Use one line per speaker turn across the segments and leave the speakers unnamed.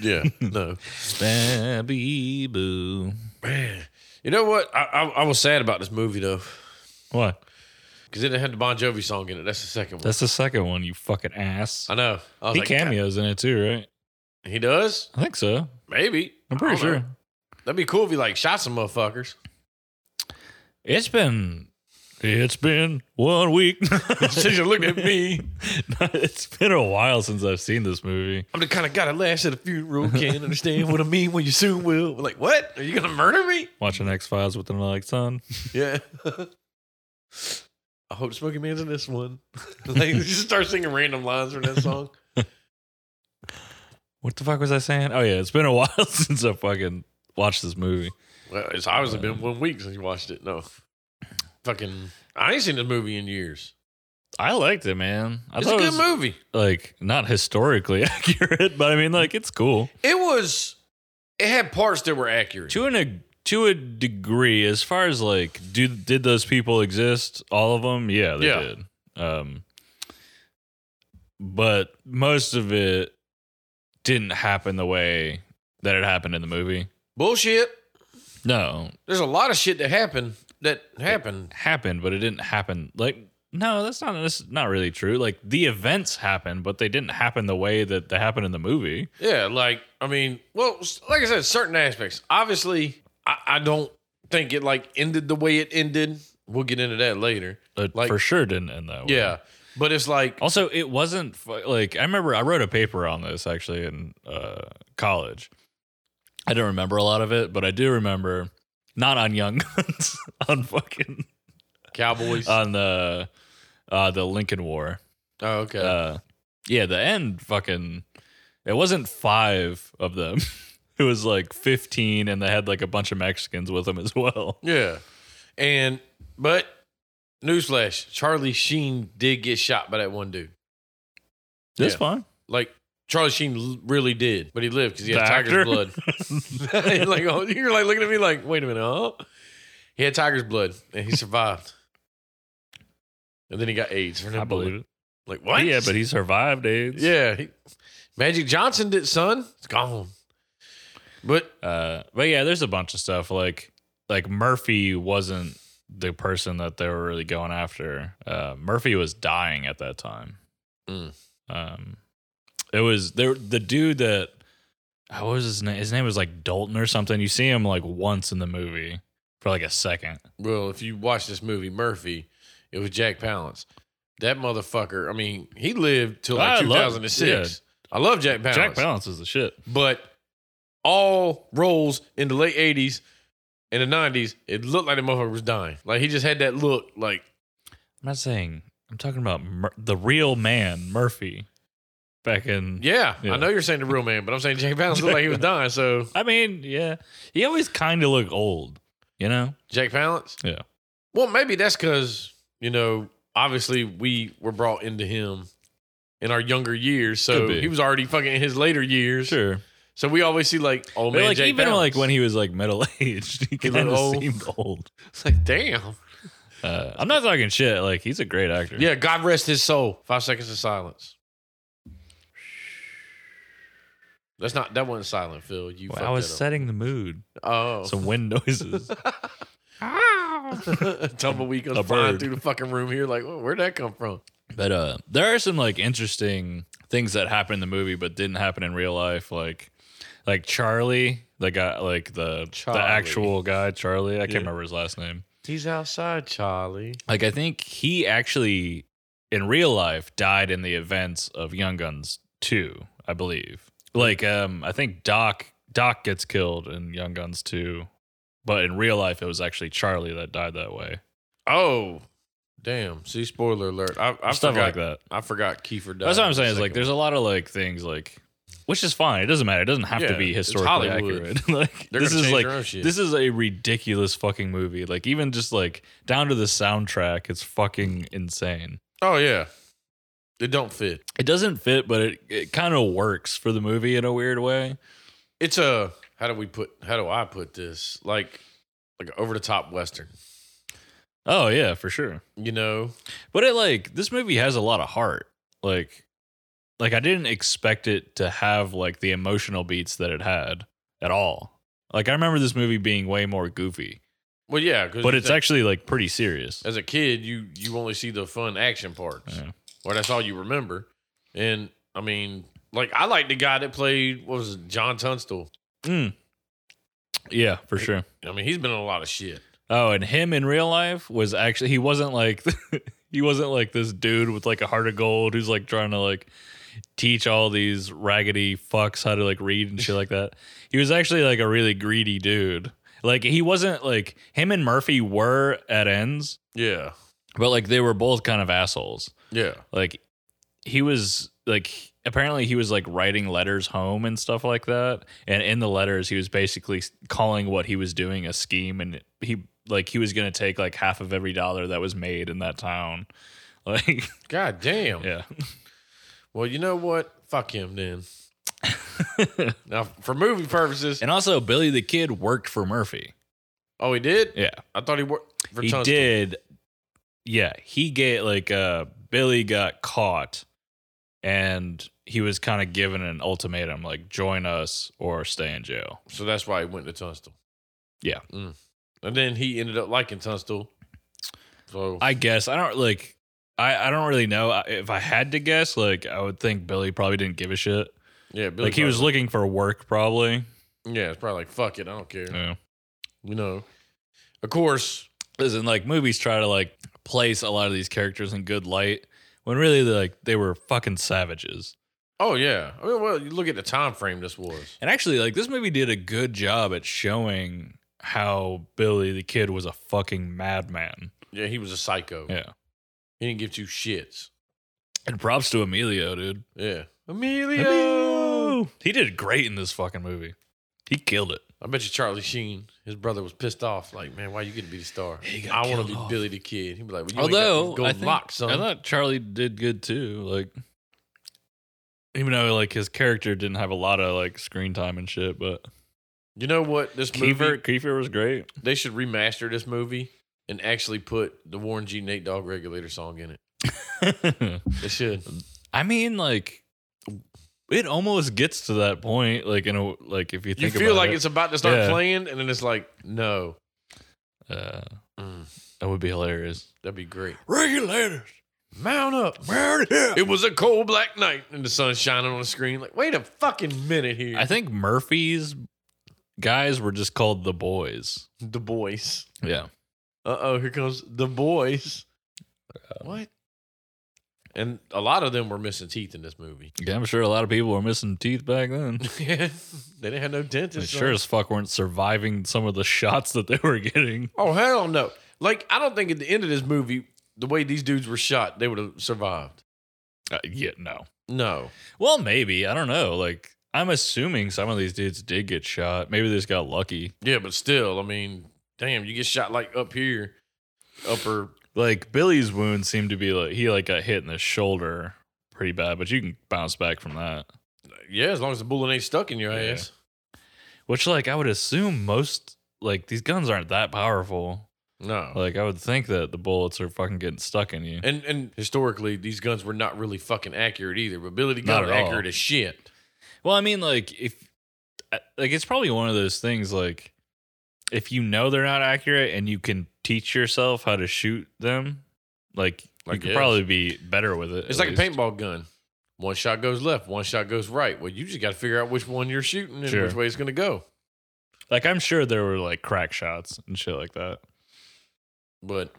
Yeah, no.
Stabby boo.
Man, you know what? I, I, I was sad about this movie though,
What?
because it didn't have the Bon Jovi song in it. That's the second one.
That's the second one, you fucking ass.
I know. I was
He
like,
cameos in it too, right?
"God, He does?
I think so.
Maybe.
I'm
I
pretty
don't know.
sure.
That'd be cool if he like shot some motherfuckers.
It's been it's been one week.
Since you looked at me,
it's been a while since I've seen this movie.
I'm the kind of guy that laughs at a funeral. Can't understand what I mean when you soon will. Like, what? Are you gonna murder me?
Watching X Files with an like son.
Yeah. I hope Smokey Man's in this one. like, just start singing random lines from that song.
What the fuck was I saying? Oh yeah, it's been a while since I fucking watched this movie.
Well, it's obviously
Uh,
been one week since you watched it. No, fucking, I ain't seen this movie in years.
I liked it, man. I
It's a
thought
good
it was
movie.
like not historically accurate, but I mean like it's cool.
It was. It had parts that were accurate.
To an ag- to a degree, as far as like do did those people exist? All of them? Yeah, they
Yeah.
did. Um but most of it didn't happen the way that it happened in the movie.
Bullshit.
No,
There's a lot of shit that happened that happened.
happened, but it didn't happen like no, that's not that's not really true. Like the events happened, but they didn't happen the way that they happened in the movie.
Yeah, like I mean, well, s- like I said, certain aspects. Obviously, I, I don't think it like ended the way it ended. We'll get into that later.
It
Like-
for sure didn't end that way.
Oh, Yeah, but it's like
Also, it wasn't fu- like I remember I wrote a paper on this actually in uh, college. I don't remember a lot of it, but I do remember not on Young Guns, on fucking
Cowboys.
on the uh, the Lincoln War.
oh, okay.
Uh, yeah, the end fucking. It wasn't five of them. It was like fifteen, and they had like a bunch of Mexicans with them as well.
yeah, and but newsflash: Charlie Sheen did get shot by that one dude.
That's
Yeah.
fine.
Like Charlie Sheen l- really did, but he lived because he had
The
tiger's
actor?
blood. like oh, you're like looking at me like, wait a minute, huh? He had tiger's blood and he survived. and then he got AIDS from that
I believe
bullet.
it.
Like what?
Yeah, but he survived AIDS.
yeah. he- Magic Johnson did, son. It's gone. But
Uh, but yeah, there's a bunch of stuff like like Murphy wasn't the person that they were really going after. Uh, Murphy was dying at that time.
Mm.
Um, it was there the dude that how was his name? His name was like Dalton or something. You see him like once in the movie for like a second.
well, if you watch this movie, Murphy, it was Jack Palance. That motherfucker. I mean, he lived till like
I love-
2006. I love Jack Palance.
Jack Palance is the shit.
but all roles in the late eighties and the nineties, it looked like the motherfucker was dying. Like he just had that look, like
I'm not saying I'm talking about Mur- the real man Murphy back in.
yeah,
Yeah.
I know you're saying the real man, but I'm saying Jack Palance looked like he was dying. So
I mean, yeah, he always kind of looked old, you know.
Jack Palance,
Yeah.
Well, maybe that's because you know, obviously we were brought into him in our younger years, so
Could be.
he was already fucking in his later years.
Sure.
So we always see like oh
But
man,
like
Jack
even
Palance.
like when he was like middle aged, he kind
looked
of
old.
seemed old.
it's like damn,
Uh, I'm not talking shit. Like he's a great actor.
yeah, God rest his soul. Five seconds of silence. That's not that wasn't silent, Phil. You
Well,
fucked
I was
that
setting the mood.
up.
Some wind noises.
oh, tumbleweed
A
goes flying
bird.
through the fucking room here. Like, where'd that come from?
but uh, there are some like interesting things that happened in the movie but didn't happen in real life. Like like Charlie, the guy, like the
Charlie.
the actual guy, Charlie. I can't
Yeah.
remember his last name.
He's outside, Charlie.
Like I think he actually in real life died in the events of Young Guns 2, I believe. Like um I think Doc Doc gets killed in Young Guns 2, but in real life it was actually Charlie that died that way.
Oh, damn! See, spoiler alert. I, I
Stuff
forgot.
like that.
I forgot Kiefer died.
That's what I'm saying
in
is
the
like
second
there's a lot of like things like which is fine. It doesn't matter. It doesn't have to
Yeah,
be
it's
historically
Hollywood.
accurate. like
They're
this
gonna
is
change
like
their own shit.
this is a ridiculous fucking movie. Like even just like down to the soundtrack, it's fucking insane.
one. Oh yeah, it don't fit.
it doesn't fit, but it, it kind of works for the movie in a weird way.
It's a how do we put? How do I put this? Like, like over the top western.
Oh yeah, for sure.
You know,
But it like this movie has a lot of heart. Like like I didn't expect it to have like the emotional beats that it had at all. Like I remember this movie being way more goofy,
Well, yeah, 'cause
but
you
it's
think-
actually like pretty serious.
as a kid, you you only see the fun action parts,
Yeah.
or that's all you remember. And I mean, like I like the guy that played what was it, John Tunstall.
Mm. Yeah, for sure.
I mean, he's been in a lot of shit.
Oh, and him in real life was actually he wasn't like he wasn't like this dude with like a heart of gold who's like trying to like teach all these raggedy fucks how to like read and shit like that. He was actually like a really greedy dude. Like he wasn't like him and Murphy were at ends,
Yeah,
but like they were both kind of assholes.
yeah,
Like he was like apparently he was like writing letters home and stuff like that and in the letters he was basically calling what he was doing a scheme and he like he was going to take like half of every dollar that was made in that town. Like
god damn.
yeah.
Well, you know what? Fuck him then. now, for movie purposes,
And also Billy the Kid worked for Murphy.
oh, he did.
Yeah.
I thought he worked for
he
Tunstall.
did yeah he get like uh billy got caught and he was kind of given an ultimatum like join us or stay in jail
So that's why he went to Tunstall.
Yeah.
Mm. And then he ended up liking Tunstall. So
i guess i don't like i i don't really know I- if i had to guess like i would think billy probably didn't give a shit
yeah, Billy
like he was looking for work probably
Yeah, it's probably like fuck it, I don't care.
yeah.
You know, of course.
listen like movies try to like place a lot of these characters in good light when really they're, like they were fucking savages
Oh yeah. I mean, well, you look at the time frame this was.
And actually, like this movie did a good job at showing how Billy the Kid was a fucking madman.
Yeah, he was a psycho.
Yeah.
He didn't give two shits.
And props to Emilio, dude.
Yeah, Emilio.
He did great in this fucking movie. He killed it.
I bet you Charlie Sheen, his brother, was pissed off. Like, man, why you getting to be the star?
He got
I want
killed
to be
off.
Billy the Kid. He'd be like, well, you
Although
ain't got these
I
golden
think,
locks, son.
I thought Charlie did good too. Like even though like his character didn't have a lot of like screen time and shit, but
you know what? This movie,
Kiefer Kiefer was great.
they should remaster this movie and actually put the Warren G. Nate Dog Regulator song in it. They should.
I mean, like it almost gets to that point. Like in a like if you
You
think
feel
about
like
it,
it's about to start
Yeah.
playing, and then it's like, no,
Uh,
Mm,
that would be hilarious.
that'd be great.
Regulators,
Mount up.
man.
It was a cold black night, and the sun shining on the screen. Like, wait a fucking minute here.
I think Murphy's guys were just called the boys.
the boys.
Yeah.
Uh oh, here comes the boys. What? And a lot of them were missing teeth in this movie.
Yeah, I'm sure a lot of people were missing teeth back then.
they didn't have no
They
dentists.
sure as fuck weren't surviving some of the shots that they were getting.
Oh hell no! Like I don't think at the end of this movie, the way these dudes were shot, they would have survived.
Uh, yeah, no.
No.
Well, maybe. I don't know. Like, I'm assuming some of these dudes did get shot. Maybe they just got lucky.
Yeah, but still, I mean, damn, you get shot like up here, upper.
Like, Billy's wound seemed to be like he like got hit in the shoulder pretty bad, but you can bounce back from that.
Yeah, as long as the bullet ain't stuck in your
Yeah.
ass.
Which, like, I would assume most, like, these guns aren't that powerful.
No.
Like, I would think that the bullets are fucking getting stuck in you.
and and historically, these guns were not really fucking accurate either. But Billy the
Not
Gun was
at all.
accurate as shit.
Well, I mean, like, if, I- like, it's probably one of those things, like, if you know they're not accurate and you can teach yourself how to shoot them, like,
I
you could
guess.
probably be better with it.
It's
at
like
least.
a paintball gun. One shot goes left, one shot goes right. Well, you just got to figure out which one you're shooting and
Sure.
which way it's going to go.
Like, I'm sure there were, like, crack shots and shit like that.
But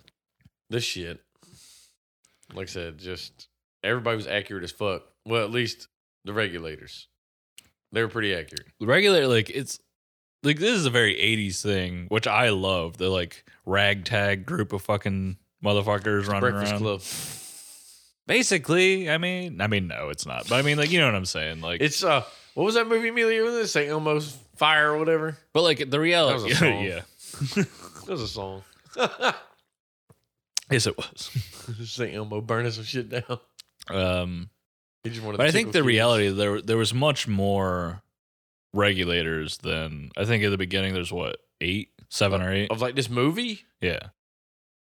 this shit, like I said, just everybody was accurate as fuck. Well, at least the regulators. They were pretty accurate.
regular like it's like this is a very 80s thing which i love the like ragtag group of fucking motherfuckers running
Breakfast
around
Club.
basically i mean i mean no it's not but i mean like you know what i'm saying like
It's uh, what was that movie? Amelia, was it St. Elmo's Fire or whatever?
but like the
That was
reality
a song.
yeah
That was a song.
yes it was
St. Elmo burning some shit down.
um
He just wanted
but
to
i think
tickle
the
kids.
reality there there was much more regulators than i think at the beginning there's what eight seven or eight
of like this movie.
yeah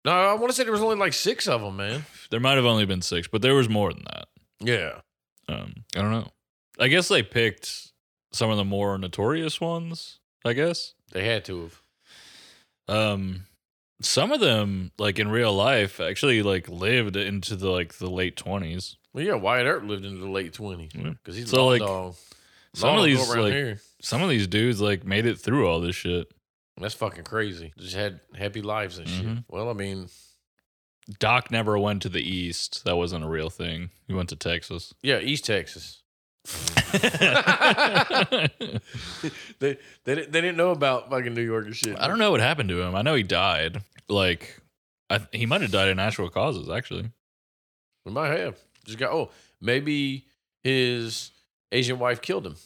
No, I want to say there was only like six of them, man.
there might have only been six but there was more than that
Yeah.
Um, I don't know. I guess they picked some of the more notorious ones. I guess.
They had to have.
Um, some of them, like in real life, actually like lived into the like the late twenties.
Well, yeah, Wyatt Earp lived into the late twenties
Yeah.
because he's
So,
a law
like,
dog.
Some
Law
of
dog
these
around
like
here.
some of these dudes like made it through all this shit.
that's fucking crazy. Just had happy lives and shit.
Mhm.
Well, I mean,
Doc never went to the East. That wasn't a real thing. He went to Texas.
yeah, East Texas.
I
they, they di- they didn't know about fucking New York and shit.
don't know what happened to him. I know he died. Like, I, th- he might have died of natural causes, actually.
We might have just got. Oh, maybe his Asian wife killed him.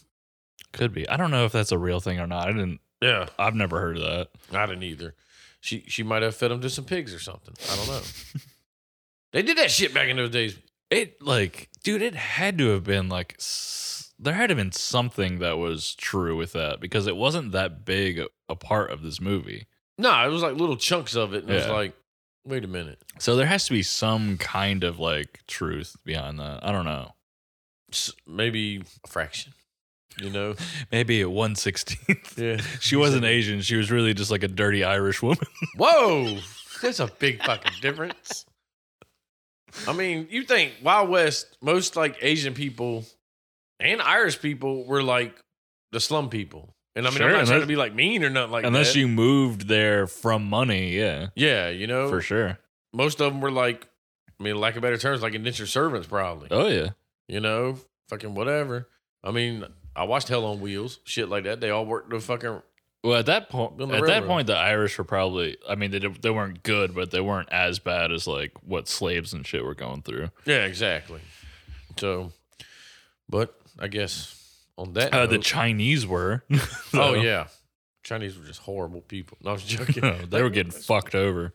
Could be. I don't know if that's a real thing or not. I didn't.
Yeah,
I've never heard of that.
I didn't either. She she might have fed him to some pigs or something. I don't know. they did that shit back in those days.
It like, dude, it had to have been like, s- there had to have been something that was true with that because it wasn't that big a, a part of this movie.
No, it was like little chunks of it, and it was
Yeah.
like, wait a minute,
So there has to be some kind of like truth behind that. I don't know.
S- maybe a fraction. You know?
Maybe at one sixteenth.
Yeah.
She wasn't Asian. She was really just like a dirty Irish woman.
Whoa, that's a big fucking difference. I mean, you think Wild West, most like Asian people and Irish people were like the slum people. And I mean,
Sure,
I'm not trying
unless-
to be like mean or nothing like
Unless
that.
you moved there from money, yeah,
yeah, you know,
for sure.
most of them were like, I mean, lack of better terms, like indentured servants, probably.
Oh yeah,
You know, fucking whatever. I mean, I watched Hell on Wheels, shit like that. They all worked the fucking
Well, at that point,
Build
at
the
that
railroad.
point, the Irish were probably. I mean, they did, they weren't good, but they weren't as bad as like what slaves and shit were going through.
yeah, exactly. So, but I guess on that,
Uh, the
note-
Chinese were.
oh
So,
yeah, Chinese were just horrible people. No, I was joking.
no, Oh, they were getting fucked over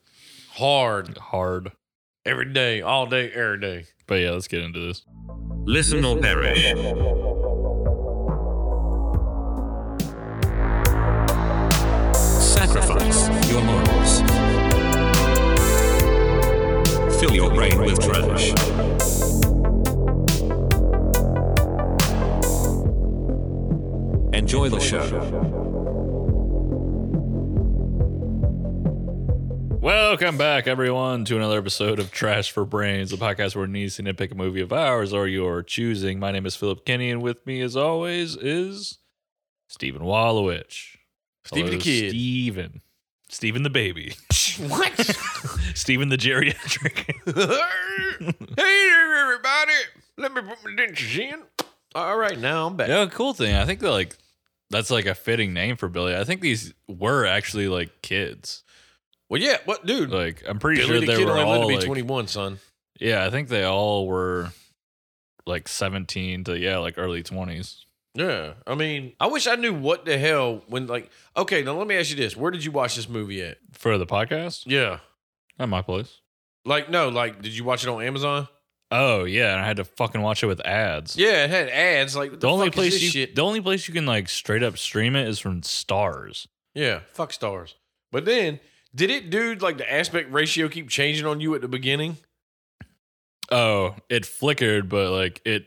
hard
hard.
every day, all day, every day.
But yeah, let's get into this.
Listen or perish. Sacrifice your morals. Fill your brain with trash. Enjoy the show.
Welcome back, everyone, to another episode of Trash for Brains, the podcast where Needs to pick a movie of ours or your choosing. My name is Philip Kenny, and with me, as always, is Stephen Wallowich.
Stephen the
Hello,
kid.
Stephen. Stephen the baby.
What?
Stephen the geriatric.
hey there, everybody. Let me put my dentures in. All right, now I'm back.
yeah, cool thing. I think that, like that's like a fitting name for Billy. I think these were actually like kids.
Well, yeah. What, dude?
Like I'm pretty
Billy the
sure they
Kid
were
only lived
all
to be
like,
21, son.
yeah. I think they all were like 17 to yeah, like early 20s.
Yeah, I mean, I wish I knew what the hell when like. Okay, now let me ask you this: Where did you watch this movie at?
For the podcast?
Yeah,
At my place.
like no, like did you watch it on Amazon?
Oh yeah, and I had to fucking watch it with ads.
Yeah, it had ads. Like what
The, only
fuck is
place
this
you
shit?
the only place you can like straight up stream it is from Stars.
Yeah, fuck stars. But then, did it, dude? Like the aspect ratio keep changing on you at the beginning?
Oh, it flickered, but like it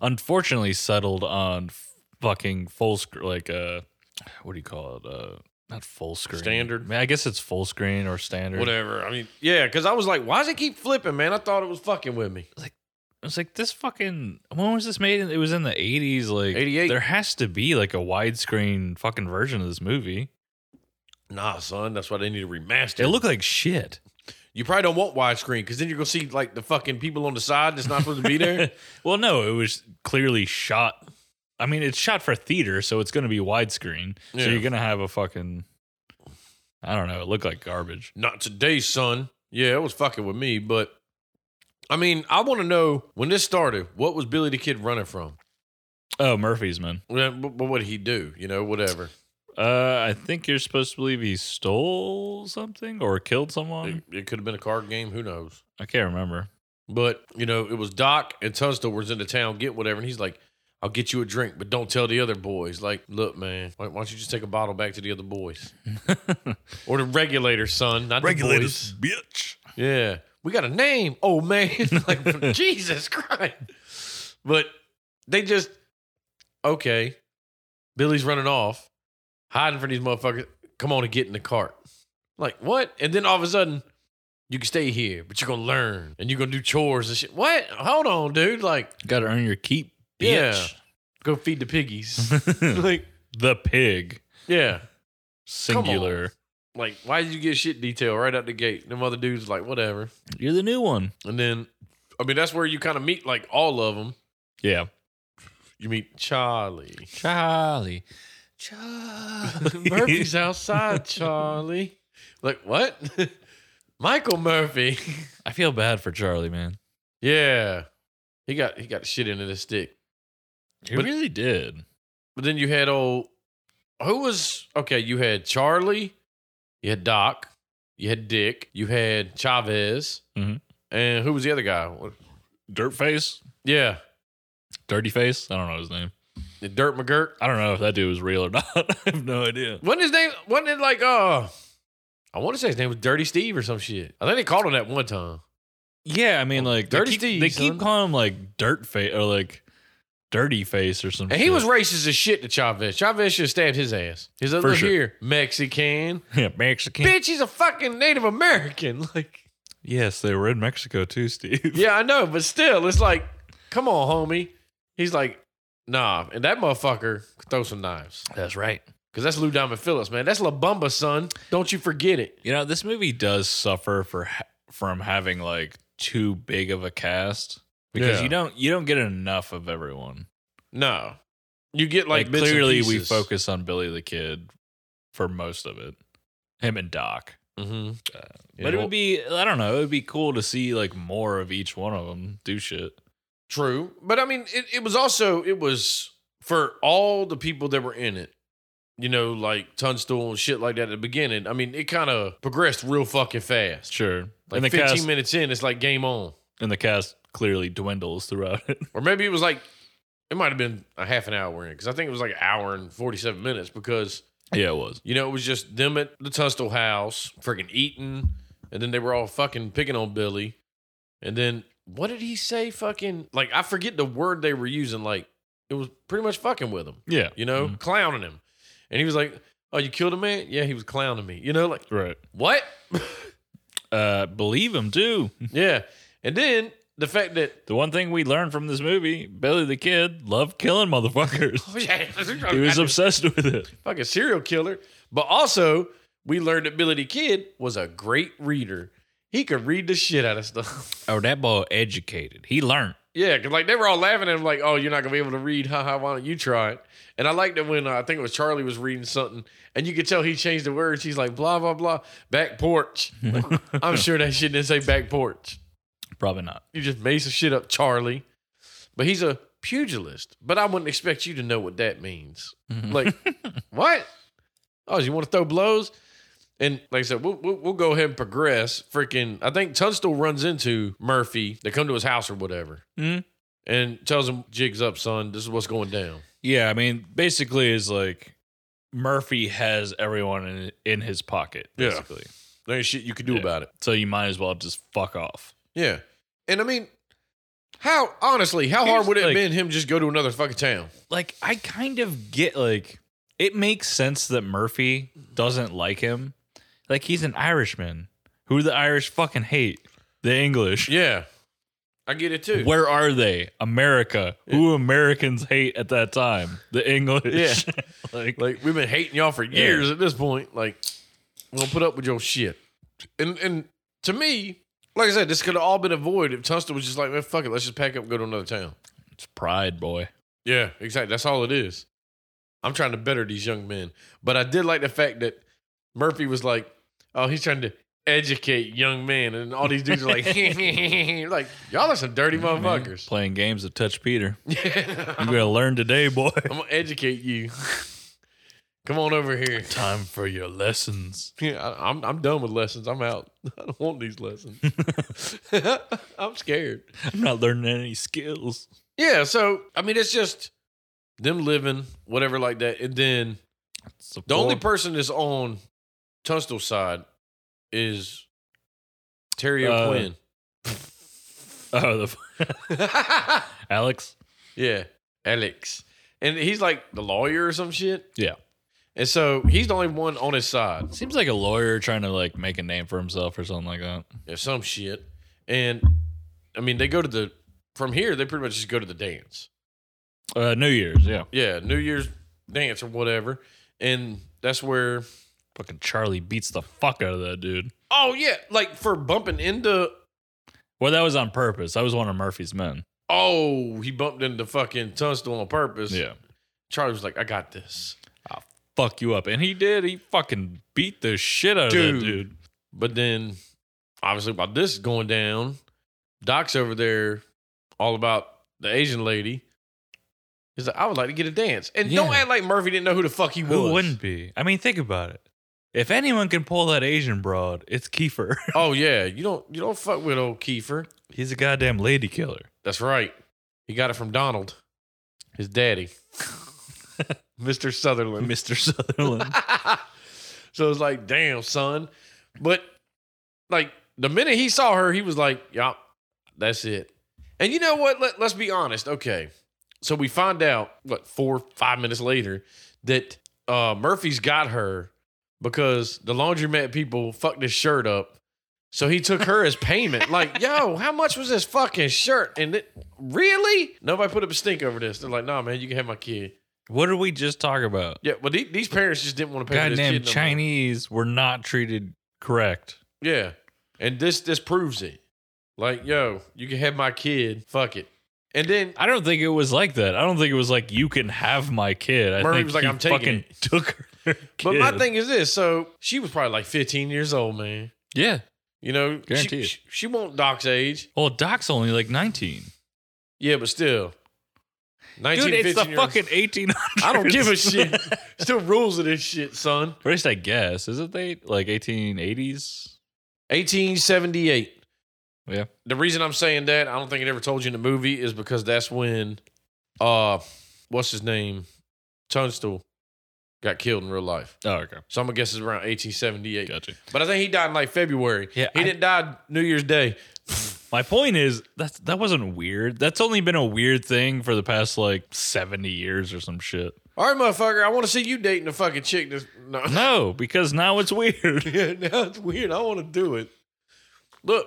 unfortunately settled on f- fucking full screen like uh what do you call it? Uh not full screen.
Standard.
I, mean, I guess it's full screen or standard.
Whatever. I mean, yeah, because I was like, why does it keep flipping, man? I thought it was fucking with me.
I was like, this fucking when was this made? It was in the eighties, like
88.
There has to be like a widescreen fucking version of this movie.
Nah, son, that's why they need to remaster.
It looked like shit.
you probably don't want widescreen because then you're gonna see like the fucking people on the side that's not supposed to be there.
well, no, it was clearly shot. I mean, it's shot for theater, so it's going to be widescreen.
Yeah.
So you're going to have a fucking. I don't know. It looked like garbage.
Not today, son. Yeah, it was fucking with me, but I mean, I want to know when this started, what was Billy the Kid running from?
Oh, Murphy's man.
Well, But but what did he do? You know, whatever.
Uh, I think you're supposed to believe he stole something or killed
It,
someone.
it could have been a card game, who knows?
I can't remember.
But, you know, it was Doc and Tunstall was in the town, get whatever. And he's like, I'll get you a drink, but don't tell the other boys. Like, look, man, why, why don't you just take a bottle back to the other boys? Or the regulators, son, not the boys.
bitch.
Yeah. We got a name, oh man. like, Jesus Christ. But they just okay. Billy's running off, hiding from these motherfuckers. Come on and get in the cart. Like what? And then all of a sudden, you can stay here, but you're gonna learn and you're gonna do chores and shit. What? Hold on, dude. Like
Got to earn your keep,
Yeah.
bitch.
go feed the piggies.
like
like
the pig,
yeah.
singular.
Like why did you get shit detail right out the gate? Them other dudes like whatever.
You're the new one.
And then I mean that's where you kind of meet like all of them.
Yeah,
You meet Charlie.
Charlie. Charlie
Murphy's outside, Charlie. Like, what? Michael Murphy.
I feel bad for Charlie, man.
yeah. He got he got shit into the stick.
He
But-
really did.
But then you had old who was okay, you had Charlie, you had Doc, you had Dick, you had Chavez,
Mhm.
and who was the other guy? What-
Dirt face,
Yeah.
dirty face. I don't know his name.
Dirt McGirt.
I don't know if that dude was real or not. I have no idea.
Wasn't his name wasn't it like uh I want to say his name was Dirty Steve or some shit. I think they called him that one time.
Yeah, I mean, like
Dirty
they keep,
Steve,
they keep
son.
calling him like dirt face or like dirty face or some.
And he
shit.
was racist as shit to Chavez. Chavez should have stabbed his ass. His other
For sure.
here, Mexican.
yeah, Mexican.
Bitch, he's a fucking Native American. Like,
Yes, they were in Mexico too, Steve.
yeah, I know, but still, it's like, come on, homie. He's like, nah. And that motherfucker could throw some knives.
that's right.
Cause that's Lou Diamond Phillips, man. That's La Bamba, son. Don't you forget it.
You know, this movie does suffer for ha- from having like too big of a cast because
Yeah.
you don't you don't get enough of everyone.
No. You get like,
Like,
bits and
clearly we
pieces.
focus on Billy the Kid for most of it, him and Doc.
Mhm.
but it would be I don't know, it would be cool to see like more of each one of them do shit.
True. But I mean, it, it was also, it was for all the people that were in it, you know, like Tunstall and shit like that at the beginning. I mean, it kind of progressed real fucking fast.
Sure,
Like
and the
15
cast
minutes in, it's like game on.
and the cast clearly dwindles throughout it.
Or maybe it was like, it might have been a half an hour in because I think it was like an hour and 47 minutes because,
yeah, it was.
you know, it was just them at the Tunstall house, freaking eating. And then they were all fucking picking on Billy. And then what did he say? Fucking, like, I forget the word they were using. Like, it was pretty much fucking with him.
Yeah,
you know,
Mhm.
clowning him. And he was like, Oh, you killed a man? Yeah, he was clowning me. You know, like,
right.
what?
Uh, believe him too.
yeah. And then the fact that
The one thing we learned from this movie, Billy the Kid loved killing motherfuckers. Oh, He was obsessed with it.
fucking serial killer. But also, we learned that Billy the Kid was a great reader. He could read the shit out of stuff.
Oh, that boy educated. He learned.
yeah, because like they were all laughing at him, like, oh, you're not gonna be able to read. Haha, why don't you try it? And I liked that when uh, I think it was Charlie was reading something, and you could tell he changed the words. He's like, blah, blah, blah, back porch. I'm sure that shit didn't say back porch.
Probably not.
You just made some shit up, Charlie. But he's a pugilist. But I wouldn't expect you to know what that means.
Mm-hmm.
Like, what? Oh, you want to throw blows? And like I said, we'll, we'll, we'll go ahead and progress. Freaking, I think Tunstall runs into Murphy. They come to his house or whatever
Mhm.
and tells him, Jig's up, son. This is what's going down.
Yeah, I mean, basically, it's like Murphy has everyone in, in his pocket,
Yeah.
basically.
There ain't shit you can do
Yeah.
about it.
So you might as well just fuck off.
Yeah. And I mean, how, honestly, how hard
Here's,
would it have
like-
been him just go to another fucking town?
Like, I kind of get like it makes sense that Murphy doesn't like him. Like, he's an Irishman who the Irish fucking hate the English.
Yeah. I get it too.
Where are they? America. Who Americans hate at that time? The English.
Yeah.
like,
Like we've been hating y'all for years at this point. Like we'll put up with your shit. And and to me, like I said, this could have all been avoided if Tunstall was just like, man, fuck it, let's just pack up, and go to another town.
it's pride, boy.
Yeah, exactly. That's all it is. I'm trying to better these young men, but I did like the fact that Murphy was like, oh, he's trying to educate young men, and all these dudes are like, like y'all are some dirty motherfuckers.
Playing games of touch Peter.
Yeah.
You
I'm
gotta learn today, boy.
gonna educate you. Come on over here.
Time for your lessons.
Yeah, I, I'm I'm done with lessons. I'm out. I don't want these lessons. I'm scared.
I'm not learning any skills.
Yeah, so I mean, it's just them living whatever like that, and then the only person that's on Tunstall's side is Terry
Uh,
O'Quinn.
oh, the
yeah,
Alex.
Yeah, Alex. And he's like the lawyer or some shit.
Yeah.
And so he's the only one on his side.
Seems like a lawyer trying to like make a name for himself or something like that.
Yeah, some shit. And I mean, they go to the, from here, they pretty much just go to the dance.
Uh, New Year's, yeah.
Yeah, New Year's dance or whatever. And that's where,
Fucking Charlie beats the fuck out of that dude.
oh, yeah, like for bumping into,
Well, that was on purpose. That was one of Murphy's men.
oh, he bumped into fucking Tunstall on purpose. Charlie was like, I got this.
Fuck you up. And he did. He fucking beat the shit out of
Dude.
that dude.
But then, obviously, while this is going down, Doc's over there, all about the Asian lady. He's like, I would like to get a dance, and don't
Yeah.
act like Murphy didn't know who the fuck he was.
Who wouldn't be? I mean, think about it. If anyone can pull that Asian broad, it's Kiefer.
Oh yeah, you don't you don't fuck with old Kiefer.
He's a goddamn lady killer.
That's right. He got it from Donald, his daddy, Mister Sutherland.
Mr. Sutherland.
so it's like, damn son, but like the minute he saw her, he was like, yup, that's it. And you know what? Let, let's be honest. Okay. So we find out, what, four, five minutes later, that uh, Murphy's got her because the laundromat people fucked his shirt up. So he took her as payment. Like, yo, how much was this fucking shirt? And it, really? Nobody put up a stink over this. They're like, nah, man, you can have my kid.
what did we just talk about?
Yeah, but the- these parents just didn't want to pay for this
Goddamn
kid. no more.
Chinese were not treated correct.
Yeah. And this this proves it. Like, yo, you can have my kid. Fuck it. And then
I don't think it was like that. I don't think it was like you can have my kid. I
Murray
think
was like,
he
"I'm taking
fucking
it."
took her.
But my
kid.
thing is this: so she was probably like 15 years old, man.
yeah.
You know,
Guaranteed.
She, she, she won't Doc's age.
Well, Doc's only like 19.
Yeah, but still, 19,
Dude, it's the
15 year old-
fucking 1800s.
I don't give a shit. Still rules of this shit, son.
Or at least I guess. Is it they like 1880s?
1878.
Yeah.
The reason I'm saying that, I don't think it ever told you in the movie, is because that's when, uh, what's his name, Tunstall, got killed in real life.
Oh, okay.
So I'm gonna guess it's around 1878.
Gotcha.
But I think he died in like February.
Yeah,
he
I-
didn't die New Year's Day.
My point is that that wasn't weird. That's only been a weird thing for the past like 70 years or some shit.
All right, motherfucker, I want to see you dating a fucking chick. That's, no,
No, because now it's weird.
yeah, now it's weird. I want to do it. Look,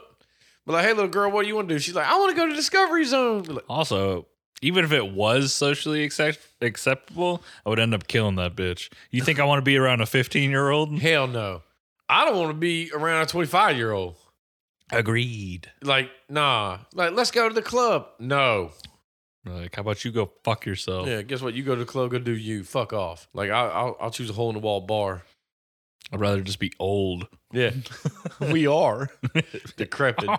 but like, hey, little girl, what do you want to do? She's like, I want to go to Discovery Zone. Like,
Also, even if it was socially accept- acceptable, I would end up killing that bitch. You think I want to be around a 15 year old?
Hell no, I don't want to be around a twenty-five year old.
Agreed.
Like, nah. Like, let's go to the club. No.
Like, how about you go fuck yourself?
Yeah, guess what? You go to the club, go do you. Fuck off. Like, I, I'll, I'll choose a hole in the wall bar.
I'd rather just be old.
Yeah, we are decrepit.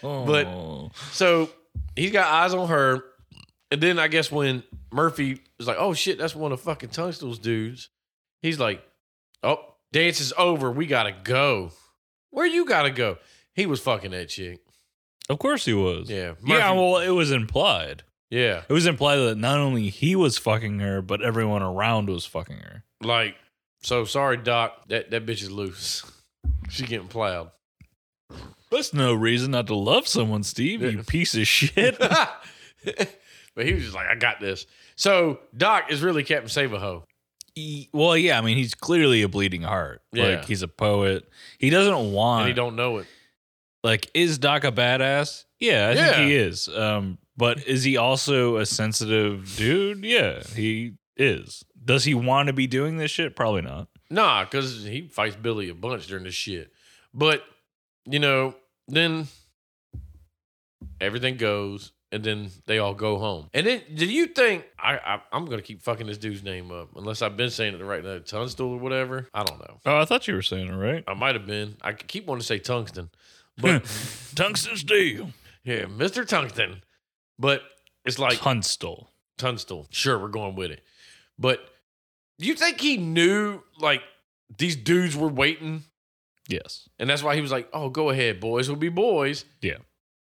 but
So he's got eyes on her. And then I guess when Murphy is like, oh shit, that's one of fucking Tungstle's dudes, he's like, oh, dance is over. We gotta go. Where you gotta go? He was fucking that chick.
of course he was.
Yeah. Murphy-
Yeah, well, it was implied.
yeah.
It was implied that not only he was fucking her, but everyone around was fucking her.
Like, so sorry, Doc. That, that bitch is loose. She getting plowed.
That's no reason not to love someone, Steve, you
Yeah.
piece of shit.
but he was just like, I got this. So Doc is really Captain Save a Ho.
He- well, yeah, I mean, he's clearly a bleeding heart.
Yeah.
Like, he's a poet. He doesn't want,
And he don't know it.
like, is Doc a badass? Yeah, I
Yeah.
think he is. Um, but is he also a sensitive dude? Yeah, he is. Does he want to be doing this shit? Probably not.
Nah, because he fights Billy a bunch during this shit. But, you know, then everything goes, and then they all go home. And then, do you think I, I I'm gonna keep fucking this dude's name up unless I've been saying it the right name, Tunstall or whatever? I don't know.
Oh, I thought you were saying it right.
I might have been. I keep wanting to say tungsten, but
Tungsten Steel.
yeah, Mister Tungsten. But it's like
Tunstall.
Tunstall. Sure, we're going with it. But do you think he knew like these dudes were waiting
Yes.
And that's why he was like, oh, go ahead, boys will be boys.
Yeah.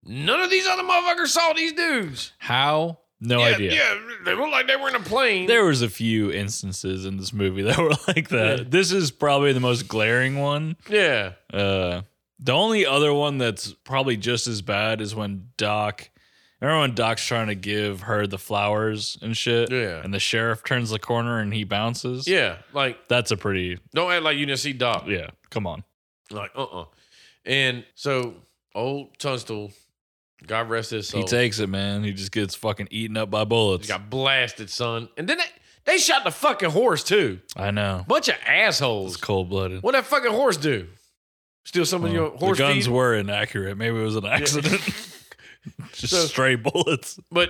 None of these other motherfuckers saw these dudes.
How? No
yeah,
idea.
Yeah, they looked like they were in a plane.
There was a few instances in this movie that were like that.
Yeah.
This is probably the most glaring one.
yeah.
Uh, the only other one that's probably just as bad is when Doc. Remember when Doc's trying to give her the flowers and shit?
Yeah.
And the sheriff turns the corner and he bounces?
Yeah, like
That's a pretty,
don't act like you didn't see Doc.
yeah, come on.
Like uh uh And so old Tunstall, God rest his soul,
he takes it, man. He just gets fucking eaten up by bullets.
he got blasted, son. And then they, they shot the fucking horse too.
I know.
Bunch of
It's
assholes.
cold blooded.
What that fucking horse do? Steal some of your
Uh, the
horse
guns
feed?
were inaccurate. Maybe it was an accident. just
So-
stray bullets.
But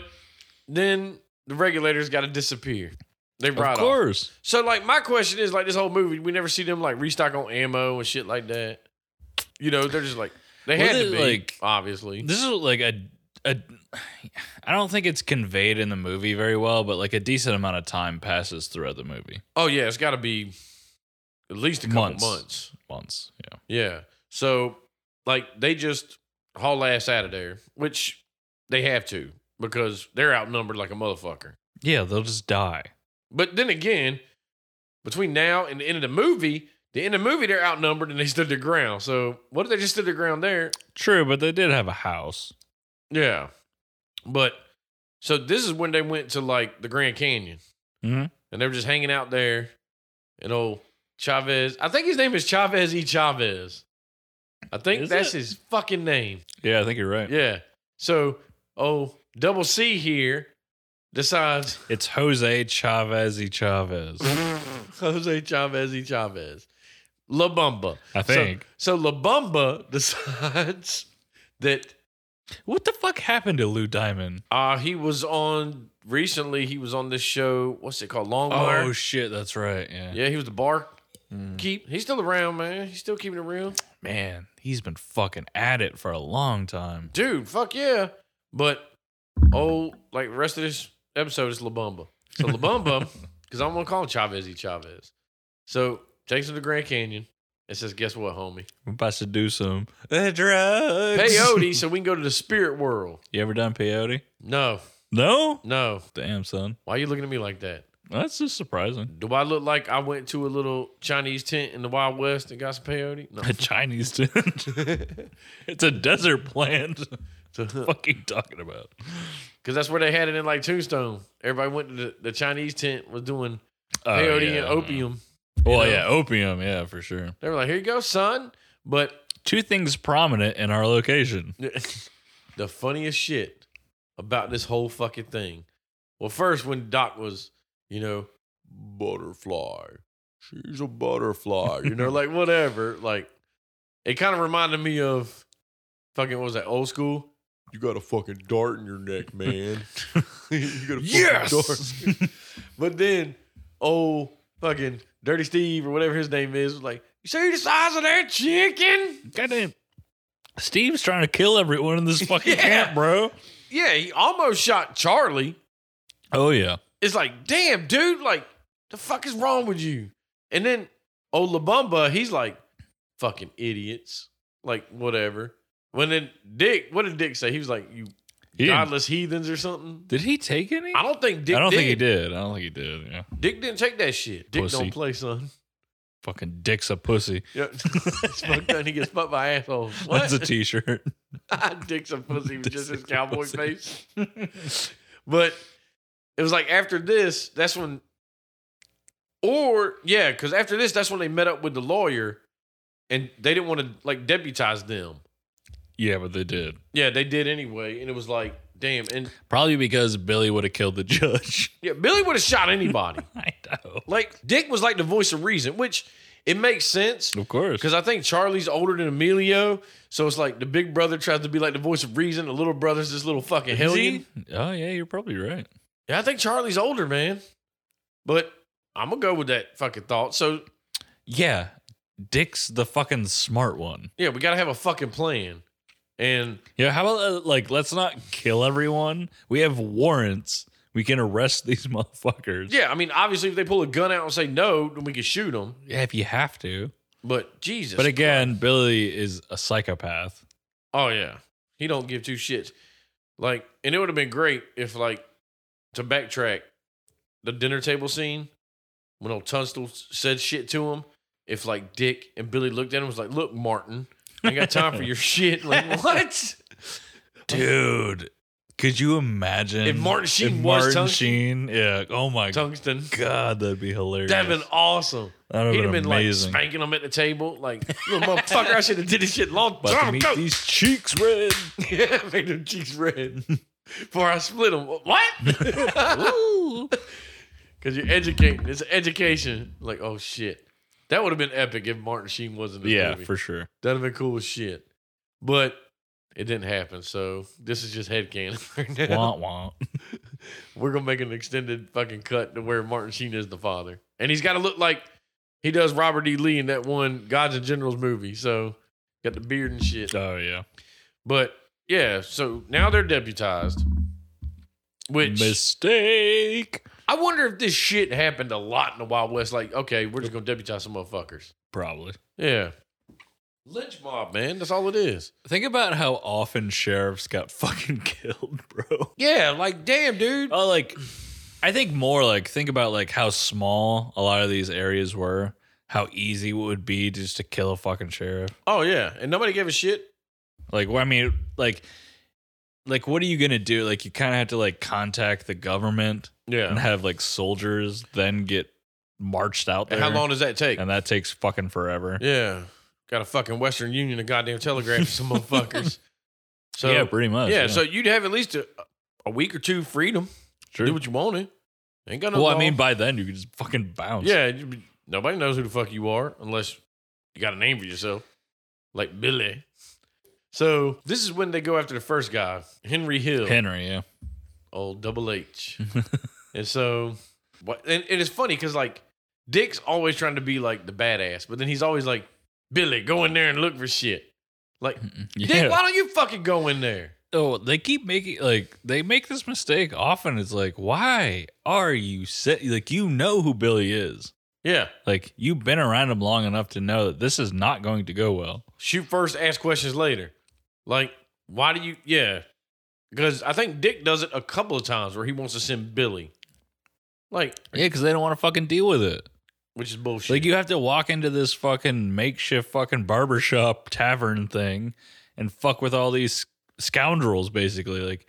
then the regulators got to disappear. They ride off.
of course.
So like my question is like this whole movie, we never see them like restock on ammo and shit like that. You know, they're just like they
Well,
had to
they,
be
like-
obviously.
This is like a, a. I don't think it's conveyed in the movie very well, but like a decent amount of time passes throughout the movie.
Oh yeah, it's got to be at least a couple
Months.
months.
Once, yeah.
Yeah. So like they just haul ass out of there, which they have to because they're outnumbered like a motherfucker.
Yeah, they'll just die.
But then again, between now and the end of the movie, the end of the movie they're outnumbered and they stood their ground. So what if they just stood their ground there?
True, but they did have a house.
Yeah. But so this is when they went to like the Grand Canyon
Mhm.
and they were just hanging out there. And old Chavez, I think his name is Chavez E. Chavez. I think
Is
that's
it?
his fucking name.
Yeah, I think you're right.
Yeah. So, oh, double C here decides
It's Jose Chavez y Chavez.
Jose Chavez E. Chavez. La Bamba.
I think.
So, so La Bamba decides that
what the fuck happened to Lou Diamond?
Uh he was on recently. He was on this show. What's it called?
Oh,
Longmire.
shit, that's right.
yeah, he was the bar
Mm.
keep. He's still around, man. He's still keeping it real,
Man, he's been fucking at it for a long time.
dude. Fuck yeah. But oh, like the rest of this episode is Labumba. So Labumba, because I'm gonna call him Chavez E. Chavez. So takes him to Grand Canyon and says, "Guess what, homie?
We're about to do some uh, drugs.
Peyote, so we can go to the spirit world."
You ever done peyote?
No,
No?
no.
Damn, son.
Why you looking at me like that?
That's just surprising.
Do I look like I went to a little Chinese tent in the Wild West and got some peyote? No.
A Chinese tent. it's a desert plant.
Because
Fucking talking about.
that's where they had it in like Tombstone. Everybody went to the, the Chinese tent was doing
Oh,
peyote
yeah.
and opium.
Well,
know?
yeah, opium, yeah, for sure.
They were like, "Here you go, son." But
Two things prominent in our location.
the funniest shit about this whole fucking thing. Well, first when Doc was, you know, butterfly. She's a butterfly. You know, like whatever. Like it kind of reminded me of fucking what was that old school? You got a fucking dart in your neck, man. you got a fucking dart. But then, old fucking Dirty Steve or whatever his name is was like, "You see the size of that chicken?"
Goddamn. Steve's trying to kill everyone in this fucking
Yeah.
camp, bro.
Yeah, he almost shot Charlie.
Oh, yeah.
It's like, damn, dude, like, the fuck is wrong with you? And then old Labumba, he's like, fucking idiots, like whatever. When then Dick, what did Dick say? He was like, you
He didn't-
godless heathens or something.
did he take any?
I don't think Dick.
I don't
did.
think he did. I don't think he did. Yeah.
Dick didn't take that shit. Dick
Pussy.
don't play, son.
Fucking dick's a pussy.
Yeah, it's fucked up. He gets fucked by assholes. What?
That's a t shirt.
Dick's a pussy with just
a
his cowboy
pussy.
face. But it was like after this, that's when, or yeah, because after this, that's when they met up with the lawyer, and they didn't want to like deputize them.
yeah, but they did.
Yeah, they did anyway, and it was like, damn, and
Probably because Billy would have killed the judge.
yeah, Billy would have shot anybody.
I know.
like Dick was like the voice of reason, which it makes sense
Of course.
because I think Charlie's older than Emilio, so it's like the big brother tries to be like the voice of reason, the little brother's this little fucking hellion.
Oh, yeah, you're probably right.
Yeah, I think Charlie's older, man. But I'm gonna go with that fucking thought. So
Yeah. Dick's the fucking smart one.
yeah, we gotta have a fucking plan. And
Yeah, how about uh, like let's not kill everyone. We have warrants. We can arrest these motherfuckers.
yeah, I mean, obviously, if they pull a gun out and say no, then we can shoot them.
Yeah, if you have to.
But Jesus,
But again, Billy is a psychopath.
oh yeah, he don't give two shits. Like, and it would have been great if, like, to backtrack the dinner table scene when old Tunstall s- said shit to him. If like Dick and Billy looked at him, and was like, "Look, Martin, I ain't got time for your shit." Like, what?
Dude, Could you imagine
If Martin Sheen was
Martin
Tungsten?
Sheen? Yeah. Oh my
Tungsten.
god, that'd be hilarious.
That'd been awesome.
That'd have
He'd
been
have been
amazing.
like spanking them at the table, like little motherfucker. I should have did this shit long
About to
time
meet
ago.
these cheeks red.
yeah, made them cheeks red before I split them. What? Because you're educating. It's education. Like, oh shit, that would have been epic if Martin Sheen wasn't. In the
Yeah,
movie.
for sure.
That'd have been cool as shit. But it didn't happen. So this is just headcanon. right now.
Womp womp.
We're gonna make an extended fucking cut to where Martin Sheen is the father. And he's gotta look like he does Robert D. Lee in that one Gods and Generals movie. So got the beard and shit.
Oh yeah.
But yeah, so now they're deputized. Which
Mistake.
I wonder if this shit happened a lot in the Wild West. Like, okay, we're just gonna deputize some motherfuckers.
Probably.
Yeah. Lynch mob, man. That's all it is.
Think about how often sheriffs got fucking killed, bro.
Yeah, like damn, dude.
Oh, like I think more like think about like how small a lot of these areas were, how easy it would be just to kill a fucking sheriff.
Oh yeah, and nobody gave a shit.
Like, well, I mean, like, like what are you gonna do? Like, you kind of have to like contact the government and
Yeah.
have like soldiers then get marched out there.
And how long does that take?
And that takes fucking forever.
Yeah. Got a fucking Western Union and goddamn telegraph to some motherfuckers. So
yeah,
yeah,
pretty much.
so you'd have at least a, a week or two freedom.
Sure.
Do what you wanted. Ain't got no.
well, I
law.
mean, by then you could just fucking bounce.
yeah, you'd be- nobody knows who the fuck you are unless you got a name for yourself, like Billy. So this is when they go after the first guy, Henry Hill,
Henry. Yeah,
old Double H. and so, what? And, and it's funny because like Dick's always trying to be like the badass, but then he's always like, Billy, go in there and look for shit. Like,
yeah.
Dick, why don't you fucking go in there?
Oh, they keep making like they make this mistake often. It's like, why are you sit like you know who Billy is?
Yeah.
Like you've been around him long enough to know that this is not going to go well.
Shoot first, ask questions later. Like, why do you, yeah. Because I think Dick does it a couple of times where he wants to send Billy. Like,
Yeah, because they don't want to fucking deal with it.
which is bullshit.
Like you have to walk into this fucking makeshift fucking barbershop tavern thing and fuck with all these scoundrels basically. Like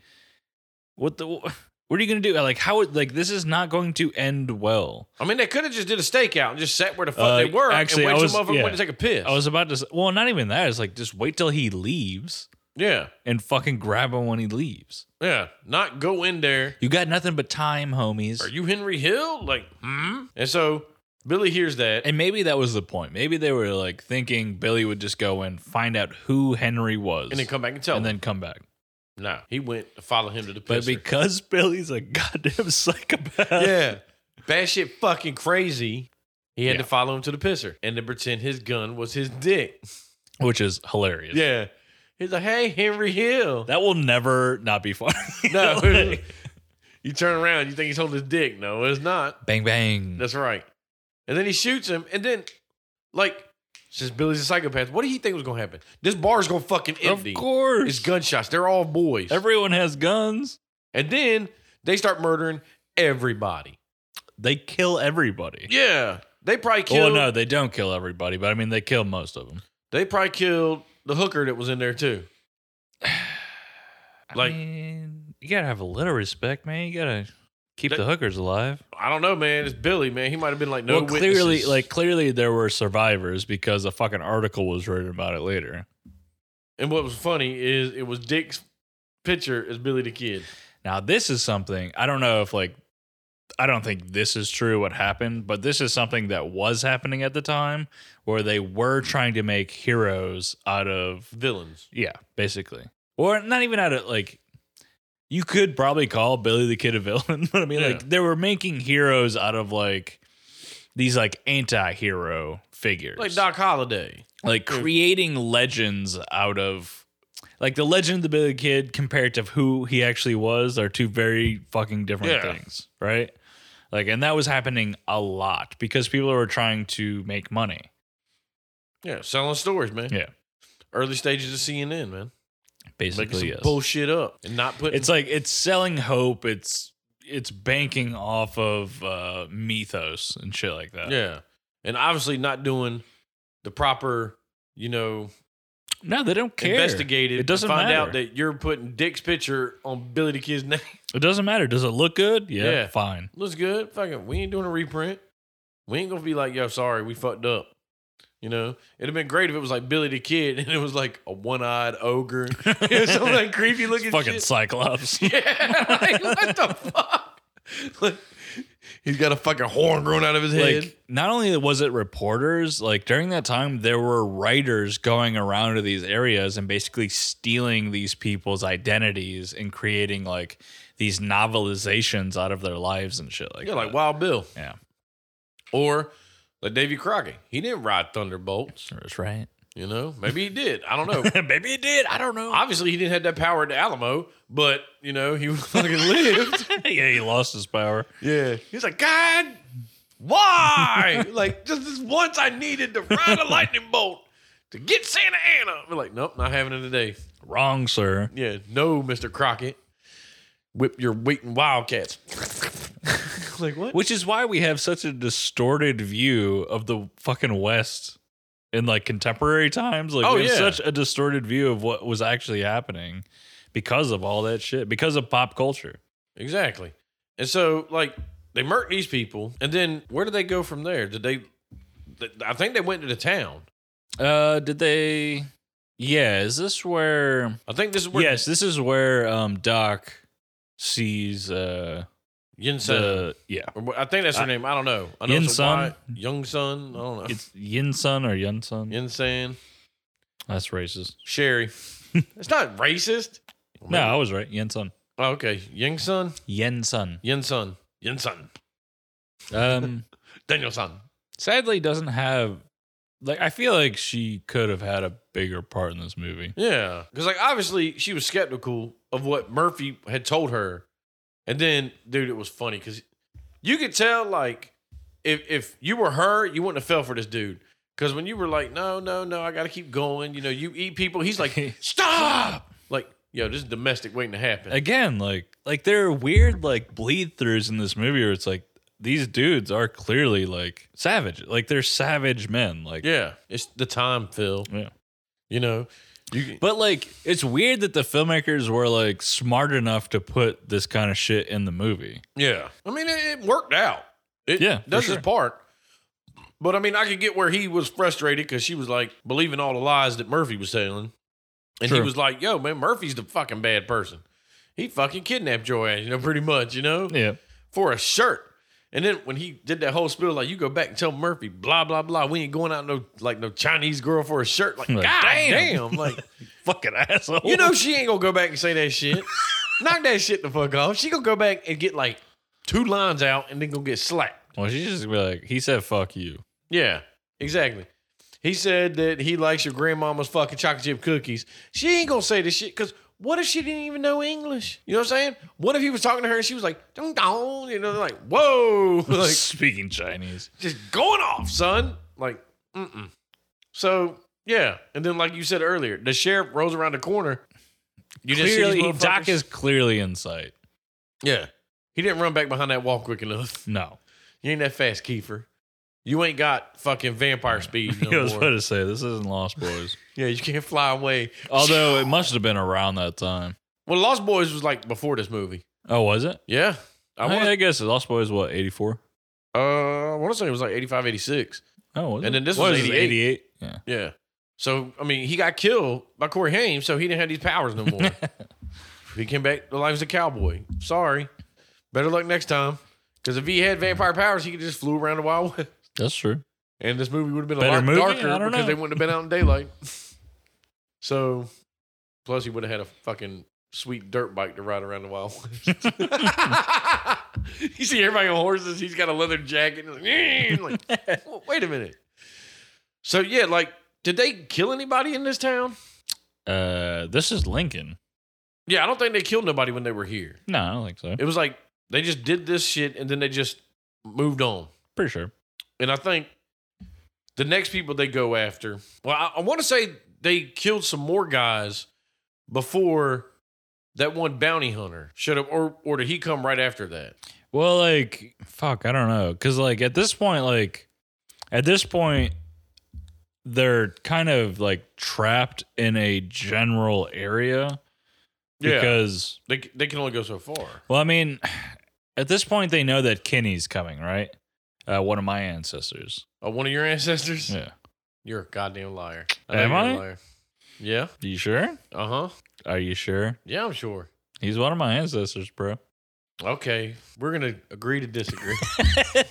what the what are you going to do? Like how like this is not going to end well.
I mean, they could have just did a stakeout and just sat where the fuck
Uh,
they were
actually, I
and wait
was-
till motherfucker
yeah.
went to take a piss.
I was about to say, well, not even that. It's like just wait till he leaves
yeah.
and fucking grab him when he leaves.
Yeah. Not go in there.
You got nothing but time, homies.
Are you Henry Hill? Like, hmm? And so Billy hears that.
and maybe that was the point. Maybe they were like thinking Billy would just go and find out who Henry was
And then come back and tell
and
him.
then come back.
Nah, he went to follow him to the
But
piss.
because Billy's a goddamn psychopath.
yeah. Bad shit fucking crazy. He had
Yeah.
to follow him to the pisser and then pretend his gun was his dick.
Which is hilarious.
Yeah. He's like, hey, Henry Hill.
That will never not be funny.
No.
Like,
you turn around, you think he's holding his dick. No, it's not.
bang bang.
That's right. And then he shoots him. And then, like, since Billy's a psychopath, what did he think was going to happen? This bar's going to fucking
of
empty.
course.
It's gunshots. They're all boys.
Everyone has guns.
and then they start murdering everybody.
They kill everybody.
Yeah. They probably killed.
Well, Oh, no, they don't kill everybody, but I mean, they kill most of them.
They probably killed the hooker that was in there too. Like-
mean, you gotta have a little respect, man. You gotta keep
That-
the hookers alive.
I don't know, man. It's Billy, man. He might have been like, no,
well, clearly,
witnesses.
like clearly, there were survivors because a fucking article was written about it later.
And what was funny is it was Dick's picture as Billy the Kid.
Now, this is something I don't know if like I don't think this is true what happened, but this is something that was happening at the time where they were trying to make heroes out of
Villains.
Yeah, basically. Or not even out of like you could probably call Billy the Kid a villain, but I mean
Yeah.
like they were making heroes out of like these like anti-hero figures.
Like Doc Holliday.
Like creating legends out of like the legend of the Billy the Kid compared to who he actually was are two very fucking different
Yeah.
things, right? Like and that was happening a lot because people were trying to make money.
Yeah, selling stories, man.
Yeah.
Early stages of CNN, man. Making some
Basically, yes.
bullshit up and not putting.
it's like it's selling hope it's it's banking off of uh mythos and shit like that
yeah, and obviously not doing the proper, you know,
No, they don't care.
investigated.
It doesn't
and find
matter.
out that you're putting Dick's picture on Billy the Kid's name.
it doesn't matter. Does it look good? Yeah,
Yeah.
fine.
Looks good. Fucking, we ain't doing a reprint. We ain't gonna be like, yo, sorry, we fucked up. You know, it'd have been great if it was like Billy the Kid and it was like a one-eyed ogre, some like creepy looking
Fucking
shit.
Cyclops.
Yeah, like, what the fuck? Like, he's got a fucking horn growing out of his head.
like not only was it reporters like during that time there were writers going around to these areas and basically stealing these people's identities and creating like these novelizations out of their lives and shit like
yeah, like
that.
Wild Bill
yeah
or like Davy Crockett. He didn't ride thunderbolts.
that's right
You know, maybe he did. I don't know.
maybe it did i don't know
Obviously, he didn't have that power at the Alamo, but you know, he fucking lived.
yeah he lost his power
Yeah. He's like, God, why? like, just this once I needed to ride a lightning bolt to get Santa Ana. We're like, nope, not having it today.
wrong sir
Yeah, no, Mr. Crockett. Whip your wheat and wildcats. like, what?
which is why we have such a distorted view of the fucking west in like contemporary times like
Oh,
we have
yeah.
such a distorted view of what was actually happening because of all that shit because of pop culture
Exactly. And so, like, they murked these people. And then where did they go from there? Did they, th- I think they went to the town.
uh did they yeah is this where
I think this is where
yes this is where um doc sees uh
Yin Sun.
the yeah
or wh- I think that's her name. I don't know. I know
Yin
it's a
Sun?
white- Young Sun. I don't know.
it's yin sun or yun sun
Yin San.
that's racist
Sherry. it's not racist.
no i was right yin sun
Oh, okay. Ying Sun,
yen sun
Yin Sun, Yin Sun,
um
Daniel Sun.
sadly doesn't have like I feel like she could have had a bigger part in this movie.
Yeah. Because, like, obviously she was skeptical of what Murphy had told her. And then, dude, it was funny because you could tell, like, if, if you were her, you wouldn't have fell for this dude. Because when you were like, no, no, no, I got to keep going, you know, you eat people, he's like, stop. Like, yo, this is domestic waiting to happen.
Again, like like there are weird like bleed throughs in this movie where it's like these dudes are clearly like savage. Like they're savage men. Like
yeah. It's the time, Phil.
Yeah.
You know, you,
But like it's weird that the filmmakers were like smart enough to put this kind of shit in the movie.
Yeah. I mean, it, it worked out. It
Yeah, for
does
sure.
his part. But I mean, I could get where he was frustrated because she was like believing all the lies that Murphy was telling. And he
True.
was like, yo, man, Murphy's the fucking bad person. He fucking kidnapped your ass, you know, pretty much, you know,
Yeah.
for a shirt. And then when he did that whole spiel, like, you go back and tell Murphy, blah, blah, blah, we ain't going out no, like, no Chinese girl for a shirt. Like,
Like,
God damn.
damn.
Like,
Fucking asshole.
you know she ain't gonna go back and say that shit. Knock that shit the fuck off. She gonna go back and get like two lines out and then gonna get slapped.
Well, she's just gonna be like, he said fuck you.
Yeah, exactly. He said that he likes your grandmama's fucking chocolate chip cookies. She ain't gonna say this shit because what if she didn't even know English? You know what I'm saying? What if he was talking to her and she was like, dong dong, you know, like, whoa,
Like
like
speaking Chinese.
just going off, son. Like, mm-mm. So, yeah. And then, like you said earlier, the sheriff rolls around the corner. You just see these
Clearly
motherfuckers-
Doc is clearly in sight.
Yeah. He didn't run back behind that wall quick enough.
No.
You ain't that fast, Kiefer. You ain't got fucking vampire speed
I
no
was about
more.
to say this isn't Lost Boys.
Yeah, you can't fly away.
Although it must have been around that time.
Well, Lost Boys was like before this movie.
Oh, was it?
Yeah. I
I,
want to
I guess Lost Boys what eighty four.
uh, I wanna say it was like 85, 86.
Oh, was
And
it?
then this
What
was
is
88.
Yeah.
Yeah. So, I mean, he got killed by Corey Haim, so he didn't have these powers no more. he came back to life as a cowboy. Sorry. Better luck next time. Because if he had vampire powers, he could just flew around the Wild West.
That's true.
And this movie would have been a
Better
lot
movie?
darker
I don't
because
know.
they wouldn't have been out in daylight. so, plus he would have had a fucking sweet dirt bike to ride around the wild. West. you see everybody on horses. He's got a leather jacket. Like, "Eh," like, "Well, wait a minute. So yeah, like, did they kill anybody in this town?
Uh this is Lincoln.
Yeah, I don't think they killed nobody when they were here.
No, I don't think so.
It was like they just did this shit and then they just moved on.
Pretty sure.
And I think the next people they go after, well, I, I want to say they killed some more guys before that one bounty hunter showed up, or or did he come right after that?
Well, like, fuck, I don't know. Cause like at this point, like at this point, they're kind of like trapped in a general area
Yeah.
because
They, they can only go so far.
well, I mean, at this point they know that Kinney's coming, right? Uh, one of my ancestors.
Uh, one of your ancestors?
Yeah.
You're a goddamn liar.
Am
know you're
I?
A liar. Yeah.
You sure?
Uh huh.
Are you sure?
Yeah, I'm sure.
He's one of my ancestors, bro.
Okay. We're going to agree to disagree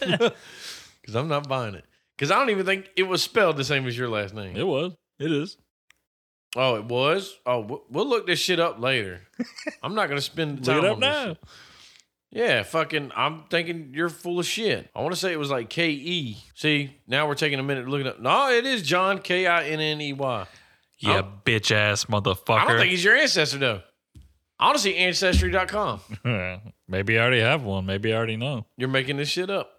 because I'm not buying it. Because I don't even think it was spelled the same as your last name.
It was. It is.
Oh, it was? Oh, we'll- we'll look this shit up later. I'm not going to spend the
Look
time
it up
on this shit.
now.
Yeah, fucking. I'm thinking you're full of shit. I want to say it was like K E. See, now we're taking a minute to look it up. No, it is John K I N N E Y.
Yeah, bitch ass motherfucker.
I don't think he's your ancestor though. Honestly, ancestry.com.
Maybe I already have one. Maybe I already know.
You're making this shit up.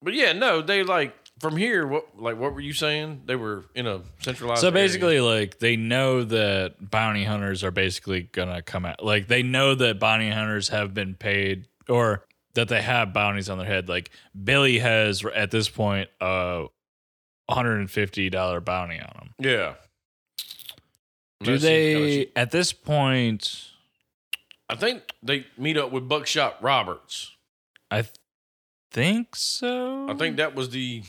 But yeah, no, they like from here. What like what were you saying? They were in a centralized.
So
area.
basically, like they know that bounty hunters are basically gonna come out. Like they know that bounty hunters have been paid, or that they have bounties on their head. Like Billy has at this point a hundred and fifty dollar bounty on him.
yeah.
Do
That seems kinda
they
shit.
at this point?
I think they meet up with Buckshot Roberts.
I th- think so.
I think that was the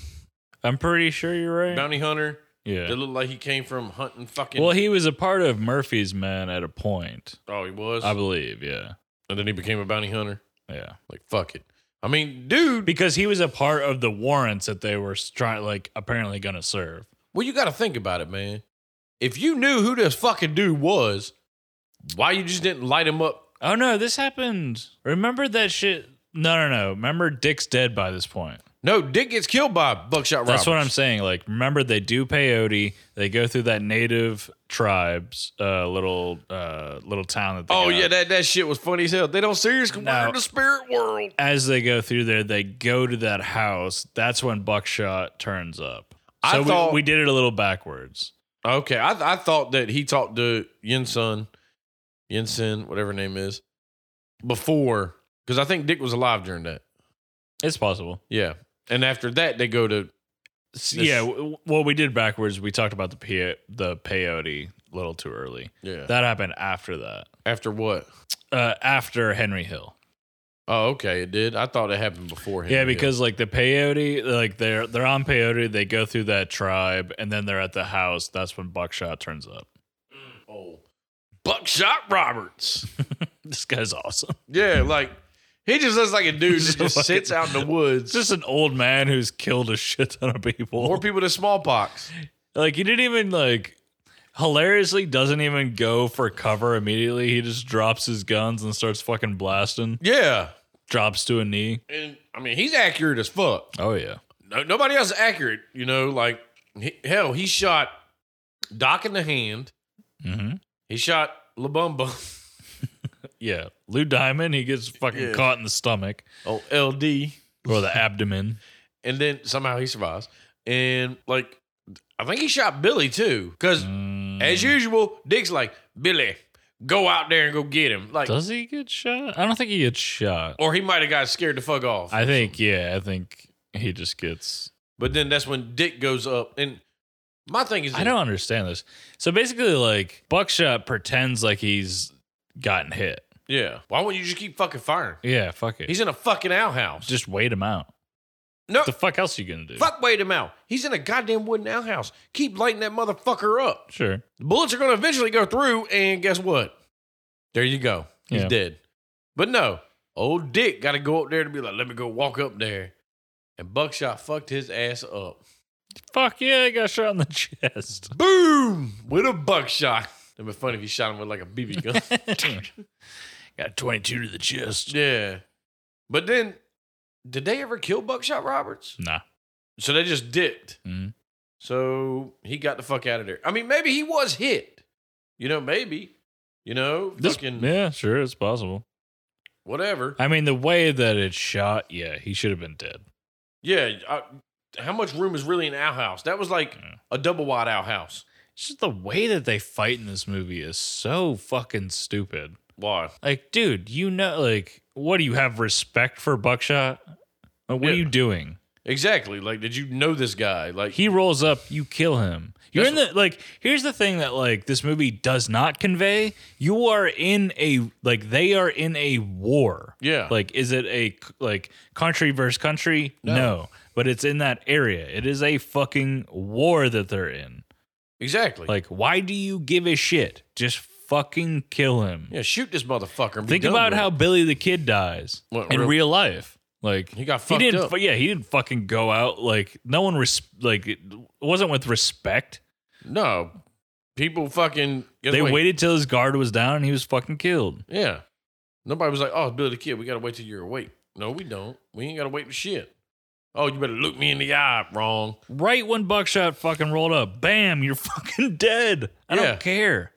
I'm pretty sure you're right.
bounty hunter.
yeah.
That looked like he came from hunting fucking.
Well, he was a part of Murphy's men at a point,
Oh, he was.
I believe. Yeah.
and then he became a bounty hunter.
Yeah.
Like fuck it. I mean, dude.
because he was a part of the warrants that they were trying, like apparently going to serve.
Well, you got to think about it, man. If you knew who this fucking dude was, why you just didn't light him up?
Oh no, this happened. Remember that shit? No, no, no. Remember, Dick's dead by this point.
No, Dick gets killed by Buckshot.
That's what I'm
Roberts.
saying. Like, remember they do peyote. They go through that native tribes, uh, little, uh, little town that. They
Oh
got.
yeah, that, that shit was funny as hell. They don't seriously.
No.
We're in the spirit world.
As they go through there, they go to that house. That's when Buckshot turns up.
I
So
thought-
we, we did it a little backwards.
Okay, I, I thought that he talked to Yinsun, Yinsun, whatever her name is, before because I think Dick was alive during that.
It's possible.
Yeah, and after that they go to
S-
This-
yeah, w- w- what we did backwards, we talked about the pe- the peyote a little too early.
yeah
That happened after that,
after what?
uh, after Henry Hill.
Oh, okay, it did. I thought it happened before him.
yeah, because like the peyote, like they're they're on peyote, they go through that tribe, and then they're at the house. That's when Buckshot turns up.
oh, Buckshot Roberts.
this guy's awesome.
Yeah, like he just looks like a dude that
Just
just
like-
sits out in the woods.
It's just an old man who's killed a shit ton of people.
More people than smallpox.
like he didn't even like. Hilariously, doesn't even go for cover immediately. He just drops his guns and starts fucking blasting.
Yeah,
Drops to a knee.
and I mean he's accurate as fuck.
Oh yeah.
No, nobody else is accurate. You know, like he, hell, he shot Doc in the hand.
Mm-hmm.
He shot Labumba.
Yeah, Lou Diamond, he gets fucking
Yeah.
caught in the stomach
Oh, LD,
or the abdomen.
and then somehow he survives. And like, I think he shot Billy too, because
Mm.
as usual, Dick's like Billy, go out there and go get him. Like,
does he get shot? I don't think he gets shot.
or he might have got scared to fuck off.
I think yeah, I think he just gets.
But then that's when Dick goes up, and my thing is,
I don't understand this. So basically, like Buckshot pretends like he's gotten hit.
Yeah, why won't you just keep fucking firing?
Yeah, fuck it.
He's in a fucking outhouse.
just wait him out.
no,
What the fuck else are you gonna do?
fuck wait him out. He's in a goddamn wooden outhouse. Keep lighting that motherfucker up.
Sure.
The bullets are going to eventually go through, and guess what? There you go. He's
Yeah.
dead. But no, old Dick got to go up there to be like, let me go walk up there. And Buckshot fucked his ass up.
Fuck yeah, he got shot in the chest.
Boom! With a buckshot. It'd be funny if you shot him with like a BB gun.
got twenty two to the chest.
Yeah. But then, did they ever kill Buckshot Roberts?
Nah.
So they just dipped.
Mhm.
So he got the fuck out of there. I mean, maybe he was hit. You know, maybe. You know,
This,
fucking
yeah, sure, it's possible.
whatever.
I mean, the way that it's shot, yeah, he should have been dead.
yeah. I, how much room is really in an outhouse? That was like
Yeah.
a double wide outhouse.
It's just the way that they fight in this movie is so fucking stupid.
Why?
Like, dude, you know, like, what do you have respect for Buckshot? Like, what
Yeah.
are you doing?
Exactly. Like, did you know this guy? Like,
He rolls up, you kill him. You're in the like here's the thing that like this movie does not convey. You are in a like they are in a war.
Yeah.
Like is it a like country versus country? No. But it's in that area. It is a fucking war that they're in.
exactly.
Like why do you give a shit? Just fucking kill him.
yeah, shoot this motherfucker. and be
Think
done
about
with
how
it.
Billy the Kid dies
What,
in
real-
real life. Like
He got fucked
didn't,
up.
fu- Yeah, he didn't fucking go out. Like no one res- like it wasn't with respect.
no people fucking guess
they
what?
waited till his guard was down and he was fucking killed.
Yeah, nobody was like, "Oh, Billy the Kid, we gotta wait till you're awake." No, we don't. We ain't gotta wait for shit. Oh, you better look me in the eye. Wrong.
Right when Buckshot fucking rolled up, bam, you're fucking dead. I
Yeah.
don't care.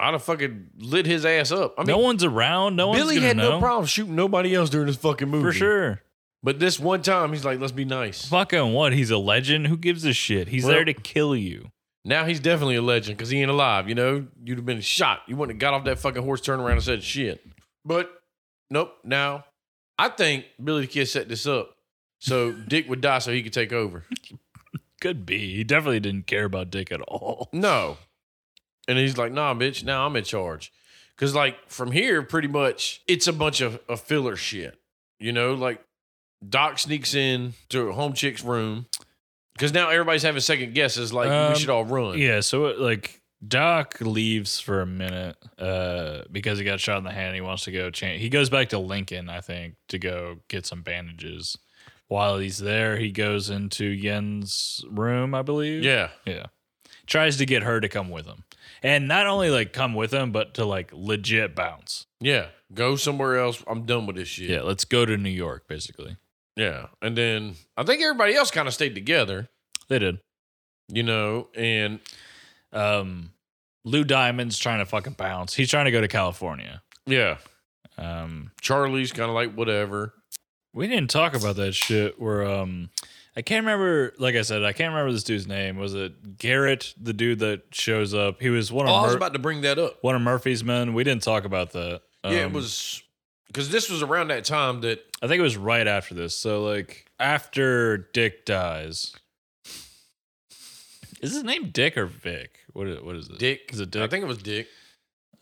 I'd have fucking lit his ass up. I mean,
no one's around. No
Billy
one's gonna
had
know.
no problem shooting nobody else during this fucking movie
for sure.
But this one time, he's like, "Let's be nice."
Fucking what? He's a legend. Who gives a shit? He's
Well-
there to kill you.
Now he's definitely a legend because he ain't alive. You know, you'd have been shot. You wouldn't have got off that fucking horse, turned around and said shit. But nope. Now, I think Billy the Kid set this up so Dick would die so he could take over.
Could be. He definitely didn't care about Dick at all.
No. And he's like, nah, bitch, now I'm in charge. Cause like from here, pretty much it's a bunch of, of filler shit. You know, like Doc sneaks in to home chick's room. Cause now everybody's having second guesses, like
Um,
we should all run.
Yeah, so it, like Doc leaves for a minute uh, because he got shot in the hand. He wants to go change. He goes back to Lincoln, I think, to go get some bandages. While he's there, he goes into Yen's room, I believe.
Yeah.
yeah. Tries to get her to come with him, and not only like come with him, but to like legit bounce.
Yeah. Go somewhere else. I'm done with this shit.
Yeah, let's go to New York. Basically,
Yeah. And then I think everybody else kind of stayed together,
they did.
you know, and
Um, Lou Diamond's trying to fucking bounce. He's trying to go to California.
yeah.
Um,
Charlie's kind of like whatever.
We didn't talk about that shit. Where um, I can't remember. Like I said, I can't remember this dude's name. Was it Garrett, the dude that shows up? He was one
Oh,
of
I was
Mur-
about to bring that up.
one of Murphy's men. We didn't talk about that.
yeah, it
Um,
was because this was around that time that
I think it was right after this. So like after Dick dies, is his name Dick or Vic? What is, what is it?
Dick.
Is it Dick?
I think it was Dick.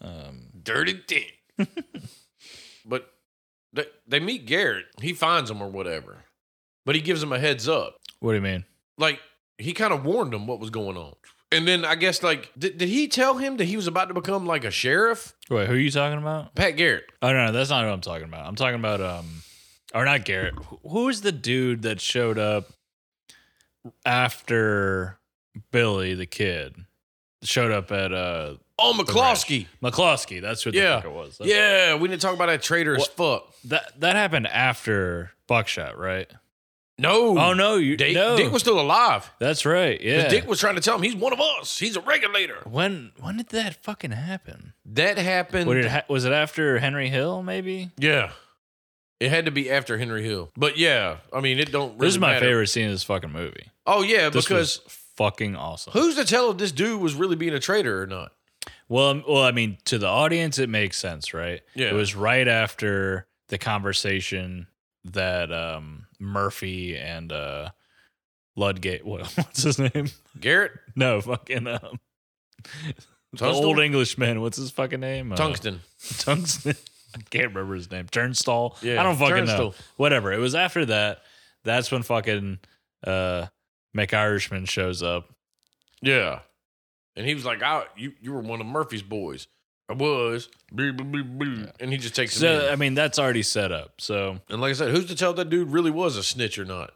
Um,
Dirty Dick. but they, they meet Garrett. He finds him or whatever, but he gives him a heads up.
what do you mean?
Like he kind of warned him what was going on. And then I guess like did, did he tell him that he was about to become like a sheriff?
Wait, who are you talking about?
Pat Garrett.
Oh no, that's not what I'm talking about. I'm talking about um, or not Garrett. Wh- Who was the dude that showed up after Billy the kid showed up at uh
Oh, McCloskey.
McCloskey? That's what
Yeah.
the fuck it was. That's-
Yeah, we didn't talk about that traitor as fuck.
that that happened after Buckshot, right?
No.
Oh no, you
Dick,
no.
Dick was still alive.
that's right.
'Cause
Yeah,
Dick was trying to tell him he's one of us. He's a regulator.
when when did that fucking happen?
That happened.
What did it ha- was it after Henry Hill? Maybe.
Yeah. It had to be after Henry Hill. But yeah, I mean, it don't really
this is my
matter.
favorite scene in this fucking movie.
Oh, yeah,
This
because
was fucking awesome.
who's to tell if this dude was really being a traitor or not?
Well, um, well, I mean, to the audience, it makes sense, right?
Yeah.
It was right after the conversation that um, Murphy and uh, Ludgate, what, what's his name?
Garrett?
No, fucking um, the
Tunstall?
old Englishman. What's his fucking name? Uh,
Tungsten.
Tungsten. I can't remember his name. Turnstall.
Yeah,
I don't fucking know.
Turnstall.
Whatever. It was after that. That's when fucking uh, McIrishman shows up.
Yeah. And he was like, I, you, you were one of Murphy's boys. I was. Bleep, bleep, bleep, bleep. And he just takes him
So,
in.
I mean, that's already set up. So,
And like I said, who's to tell if that dude really was a snitch or not?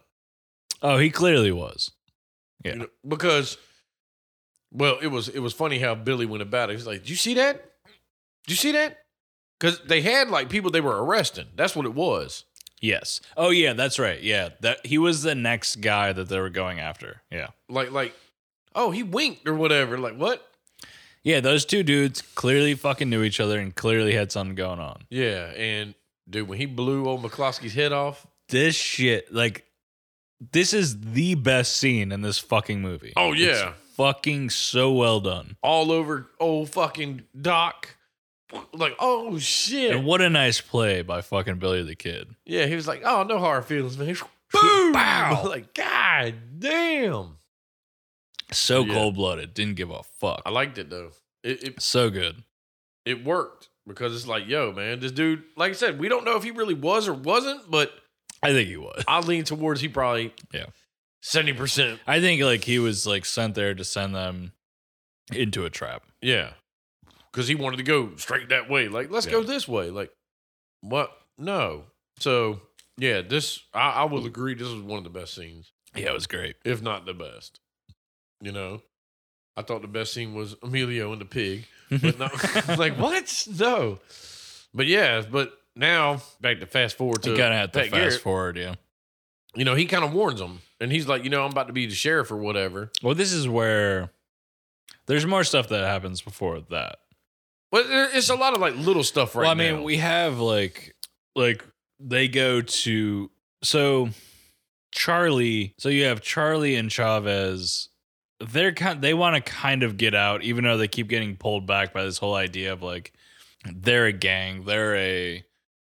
oh, he clearly was. Yeah.
You know, because, well, it was it was funny how Billy went about it. He's like, "Do you see that? Do you see that?" Because they had like people they were arresting. That's what it was.
Yes. Oh yeah, that's right. Yeah, that he was the next guy that they were going after. Yeah.
Like like, oh, he winked or whatever. Like what?
Yeah, those two dudes clearly fucking knew each other and clearly had something going on.
Yeah. And dude, when he blew old McCloskey's head off,
This shit, like, this is the best scene in this fucking movie.
Oh, yeah.
It's fucking so well done.
all over old fucking Doc. Like oh shit.
And what a nice play by fucking Billy the Kid.
yeah, he was like, oh no hard feelings, man. Boom!
Bow!
like, God damn.
So
Yeah.
cold blooded. Didn't give a fuck.
I liked it though. It, it
So good.
it worked because it's like, yo, man, this dude, like I said, we don't know if he really was or wasn't, but
I think he was.
I lean towards he probably
Yeah.
seventy percent.
I think like he was like sent there to send them into a trap.
Yeah. Cause he wanted to go straight that way. Like, let's go this way. Like, what? No. So yeah, this I, I will agree this is one of the best scenes,
Yeah, it was great.
if not the best. You know? I thought the best scene was Emilio and the pig. But no, like what? No. But yeah, but now back to fast forward to
you gotta have to
Pat
fast
Garrett.
forward, yeah.
you know, he kind of warns him, and he's like, you know, I'm about to be the sheriff or whatever.
Well, this is where there's more stuff that happens before that.
But there- it's a lot of like little stuff right
well, I mean,
now.
we have like like they go to so Charlie. So you have Charlie and Chavez. They're kind. They want to kind of get out, even though they keep getting pulled back by this whole idea of like they're a gang. They're a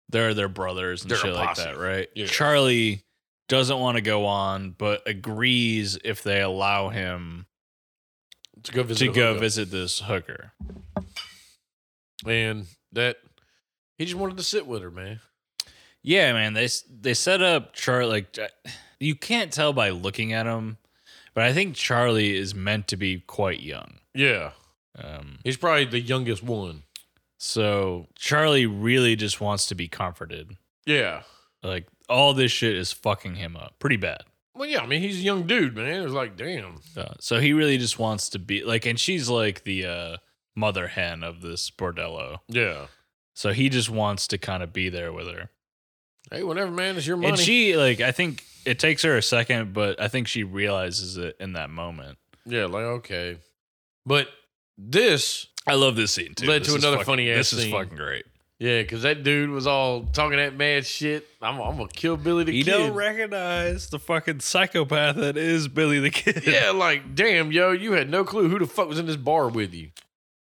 they're their brothers and
They're a
shit like
posse.
that, right?
Yeah.
Charlie doesn't want to go on, but agrees if they allow him
to go visit
to
a
go
hookup.
visit this hooker.
and that he just wanted to sit with her, man.
Yeah, man. They s- they set up Charlie. Like you can't tell by looking at him, but I think Charlie is meant to be quite young.
Yeah,
Um,
he's probably the youngest one.
so Charlie really just wants to be comforted.
Yeah.
Like all this shit is fucking him up pretty bad.
Well, yeah, I mean, he's a young dude, man. It's like, damn.
Uh, so he really just wants to be like, and she's like the uh, mother hen of this bordello.
Yeah.
So he just wants to kind of be there with her.
Hey, whatever, man. It's your money.
And she like I think it takes her a second, but I think she realizes it in that moment.
yeah, like okay, but this,
I love this scene too.
Led
This
to
is
another
fucking-
funny-ass
This is
scene.
fucking great.
yeah, because that dude was all talking that mad shit. I'm, I'm gonna kill Billy the
You
Kid.
don't recognize the fucking psychopath that is Billy the Kid.
yeah, like, damn, yo, you had no clue who the fuck was in this bar with you.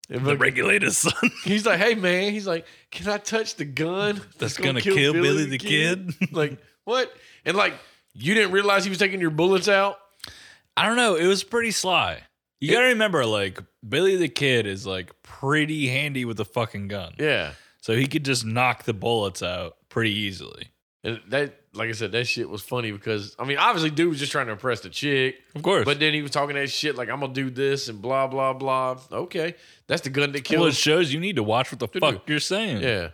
And
the
fucking-
regulator's son
he's like, hey, man, he's like, can I touch the gun
that's gonna, kill, Billy, the Kid.
like, what? And like, you didn't realize he was taking your bullets out?
I don't know. It was pretty sly. You
It-
gotta remember, like Billy the Kid is like pretty handy with a fucking gun,
Yeah.
so he could just knock the bullets out pretty easily.
And that, like I said, that shit was funny because, I mean, obviously, dude was just trying to impress the chick,
Of course,
but then he was talking that shit like, I'm gonna do this and blah, blah, blah. Okay. That's the gun that
well, it
kills.
shows you need to watch what the
Dude,
fuck you're saying.
Yeah.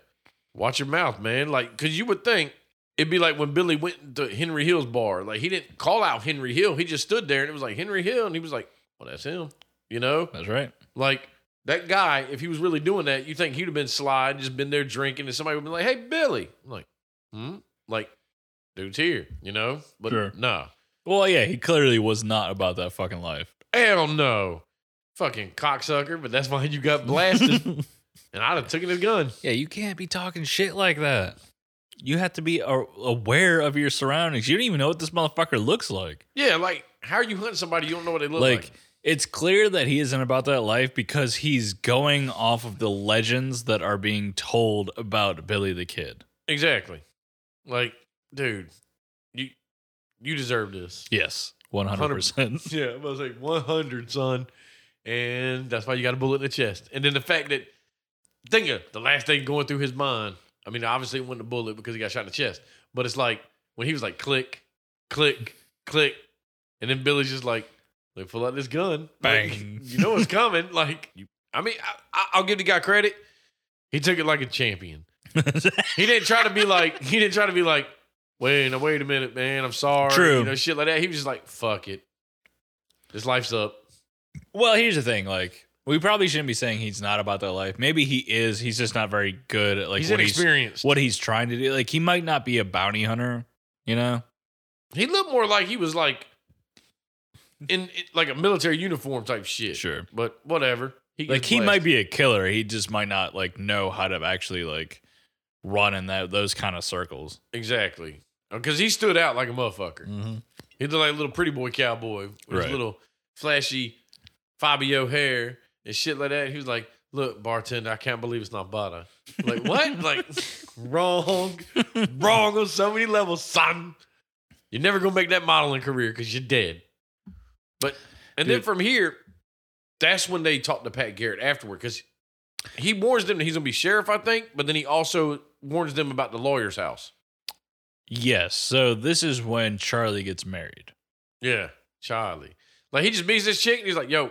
Watch your mouth, man. Like, cause you would think it'd be like when Billy went to Henry Hill's bar. Like, he didn't call out Henry Hill. He just stood there and it was like Henry Hill, and he was like, "Well, that's him." You know,
that's right.
like that guy. If he was really doing that, you think he'd have been sly, and just been there drinking, and somebody would be like, "Hey, Billy," I'm like, "Hmm," like, dude's here. You know, but
Sure.
nah,
Well, yeah, he clearly was not about that fucking life.
hell no, fucking cocksucker. But that's why you got blasted, and I'd have taken his gun.
Yeah, you can't be talking shit like that. You have to be a- aware of your surroundings. You don't even know what this motherfucker looks like.
Yeah, like how are you hunting somebody you don't know what they look
like,
like?
it's clear that he isn't about that life because he's going off of the legends that are being told about Billy the Kid.
Exactly. Like, dude, you you deserve this.
Yes, 100%.
Yeah, I was like 100, son. And that's why you got a bullet in the chest. And then the fact that, think of the last thing going through his mind. I mean, obviously it wasn't a bullet because he got shot in the chest. But it's like when he was like, click, click, click. And then Billy's just like, let me pull out this gun. Like,
Bang.
you know what's coming. Like, you- I mean, I- I, I'll give the guy credit. He took it like a champion. He didn't try to be like he didn't try to be like, wait, now wait a minute, man, I'm sorry.
True.
You know, shit like that. He was just like, fuck it. This life's up.
well, here's the thing. Like, we probably shouldn't be saying he's not about that life. Maybe he is. He's just not very good at like
he's
what he's
inexperienced.
what he's trying to do. Like, he might not be a bounty hunter, you know?
he looked more like he was like in, in like a military uniform type shit.
Sure.
But whatever. He
like
gets
he might
blasted.
be a killer he just might not like know how to actually like run in that those kind of circles
Exactly. Because he stood out like a motherfucker. He looked like a little pretty boy cowboy with
Mm-hmm. Right.
his little flashy Fabio hair and shit like that. He was like, Look, bartender, I can't believe it's not butter. Like, what? like, wrong. Wrong on so many levels, son. You're never gonna make that modeling career because you're dead. But and then
Dude.
from here, that's when they talk to Pat Garrett afterward because he warns them that he's gonna be sheriff, I think. But then he also warns them about the lawyer's house.
Yes. So this is when Charlie gets married.
Yeah, Charlie. Like he just meets this chick and he's like, "Yo,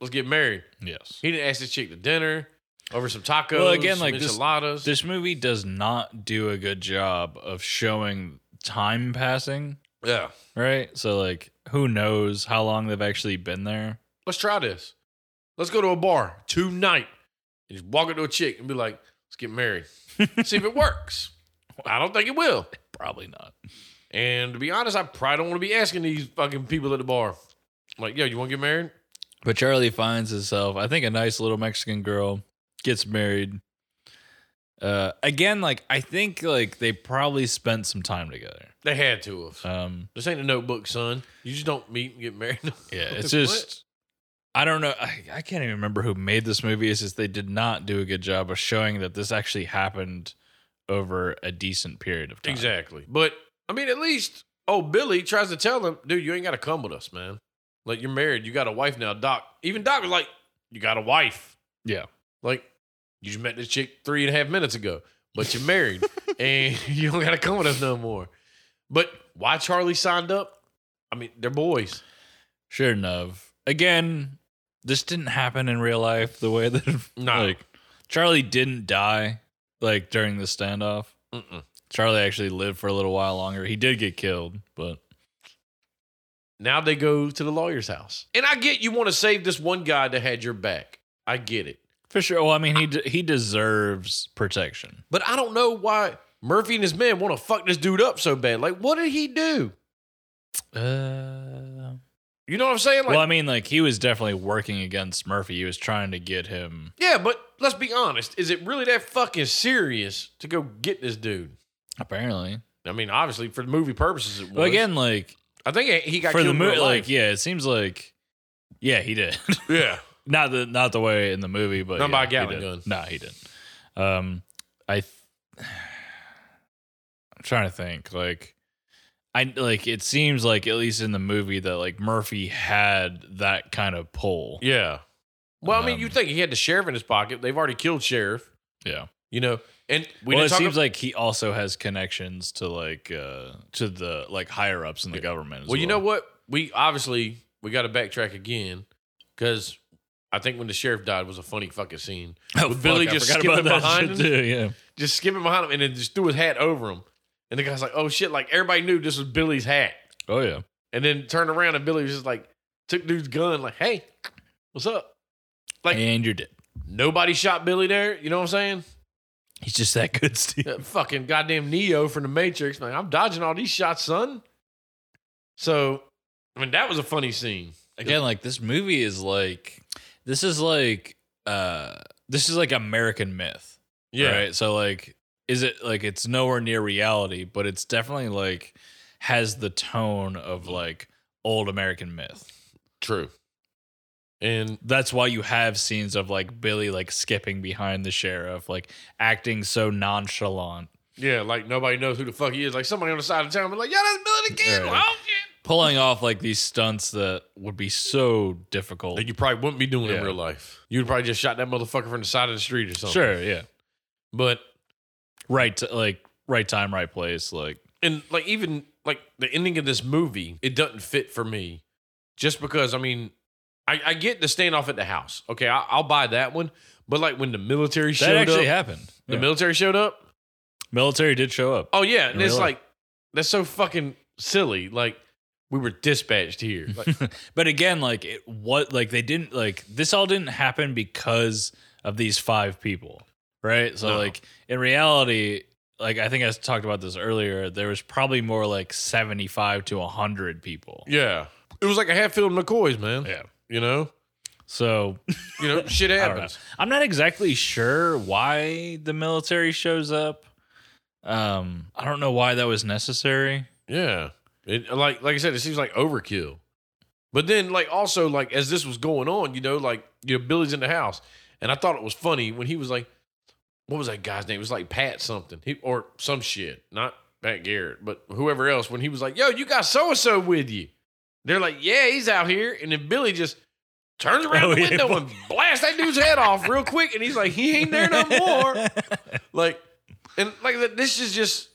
let's get married."
Yes.
He didn't ask this chick to dinner over some tacos.
Well, again,
some
like, this-
enchiladas.
This movie does not do a good job of showing time passing,
yeah,
right? So like who knows how long they've actually been there.
let's try this. Let's go to a bar tonight and just walk up to a chick and be like, "Let's get married." See if it works. I don't think it will.
Probably not.
And to be honest, I probably don't want to be asking these fucking people at the bar. I'm like, yo, you want to get married?
But Charlie finds himself, I think, a nice little Mexican girl, gets married. Uh, again, like I think, like they probably spent some time together.
They had to have.
Um,
this ain't a notebook, son. You just don't meet and get married.
yeah,
What?
it's just I don't know. I, I can't even remember who made this movie. It's just they did not do a good job of showing that this actually happened over a decent period of time.
exactly. But I mean, at least oh Billy tries to tell them, dude, you ain't got to come with us, man. Like you're married, you got a wife now. Doc, even Doc was like, you got a wife.
Yeah.
Like you just met this chick three and a half minutes ago, but you're married and you don't got to come with us no more. But why Charlie signed up? I mean, they're boys.
Sure enough. Again, this didn't happen in real life the way that
No.
like Charlie didn't die like during the standoff.
Mm-mm.
Charlie actually lived for a little while longer. He did get killed, but
Now they go to the lawyer's house. And I get you want to save this one guy that had your back. I get it.
for sure. Well, I mean, he de- he deserves protection.
But I don't know why Murphy and his men want to fuck this dude up so bad. Like, what did he do?
Uh,
You know what I'm saying? Like,
well, I mean, like he was definitely working against Murphy. He was trying to get him.
yeah, but let's be honest. Is it really that fucking serious to go get this dude?
Apparently,
I mean, obviously, for the movie purposes, it was.
well, again, like
I think he got
for
killed
the
in
movie,
real
like
life.
yeah, it seems like yeah, he did.
yeah,
not the not the way in the movie, but
Not by a
he
Gatling
did.
gun.
Nah, he didn't. Um, I th- I'm trying to think. Like, I like it seems like at least in the movie that like Murphy had that kind of pull.
yeah. Well, I mean,
Um,
you think he had the sheriff in his pocket? They've already killed sheriff.
Yeah.
You know, and we
well, it
didn't talk
seems
ab-
like he also has connections to like uh to the like higher ups in the
Yeah.
government. As
Well, you know what? We obviously we got to backtrack again because I think when the sheriff died was a funny fucking scene.
Oh,
With Billy
fuck, I
just
forgot
skipping
about that
behind him?
shit too, Yeah.
Just skipping behind him and then just threw his hat over him. And the guy's like, "Oh shit!" Like everybody knew this was Billy's hat.
Oh yeah.
And then turned around and Billy was just like, took dude's gun, like, "Hey, what's up?" Like-
and you're dead.
Nobody shot Billy there. You know what I'm saying?
He's just that good, Steve.
That fucking goddamn Neo from the Matrix. Like, I'm dodging all these shots, son. So, I mean, that was a funny scene.
again like this movie is like this is like uh this is like american myth right so like is it like it's nowhere near reality but it's definitely like has the tone of like old american myth
true. And
that's why you have scenes of like billy like skipping behind the sheriff like acting so nonchalant
Yeah, like nobody knows who the fuck he is. Like somebody on the side of town be like, "Yeah, that's Billy the Kid."
Right.
Oh shit!
pulling off like these stunts that would be so difficult
That you probably wouldn't be doing
Yeah.
in real life. You'd probably just shot that motherfucker from the side of the street or something.
sure yeah
but
right t- like right time right place like
and like even like the ending of this movie, it doesn't fit for me, just because I mean, I, I get the standoff at the house. Okay, I, I'll buy that one. But like when the military
that
showed
actually
up,
happened
the
Yeah.
military showed up.
Military did show up.
Oh yeah, and
In
it's
real life.
like that's so fucking silly. Like we were dispatched here. Like,
but again, like it what like they didn't like this all didn't happen because of these five people. Right? So
No.
like in reality, like I think I talked about this earlier, there was probably more like 75 to 100 people.
yeah, it was like a Hatfield and McCoy's man.
Yeah.
You know,
So
you know, shit
I don't know.
happens.
I'm not exactly sure why the military shows up. Um I don't know why that was necessary.
Yeah, it, like like I said, it seems like overkill. But then, like also, like as this was going on, you know, like you know, Billy's in the house, and I thought it was funny when he was like, "What was that guy's name?" It was like Pat something, he, or some shit, not Pat Garrett, but whoever else, when he was like, yo, you got so and so with you. They're like, yeah, he's out here. And then Billy just turns around
Oh,
the
yeah.
window and blasts that dude's head off real quick. And he's like, he ain't there no more. Like, and like that, this is just,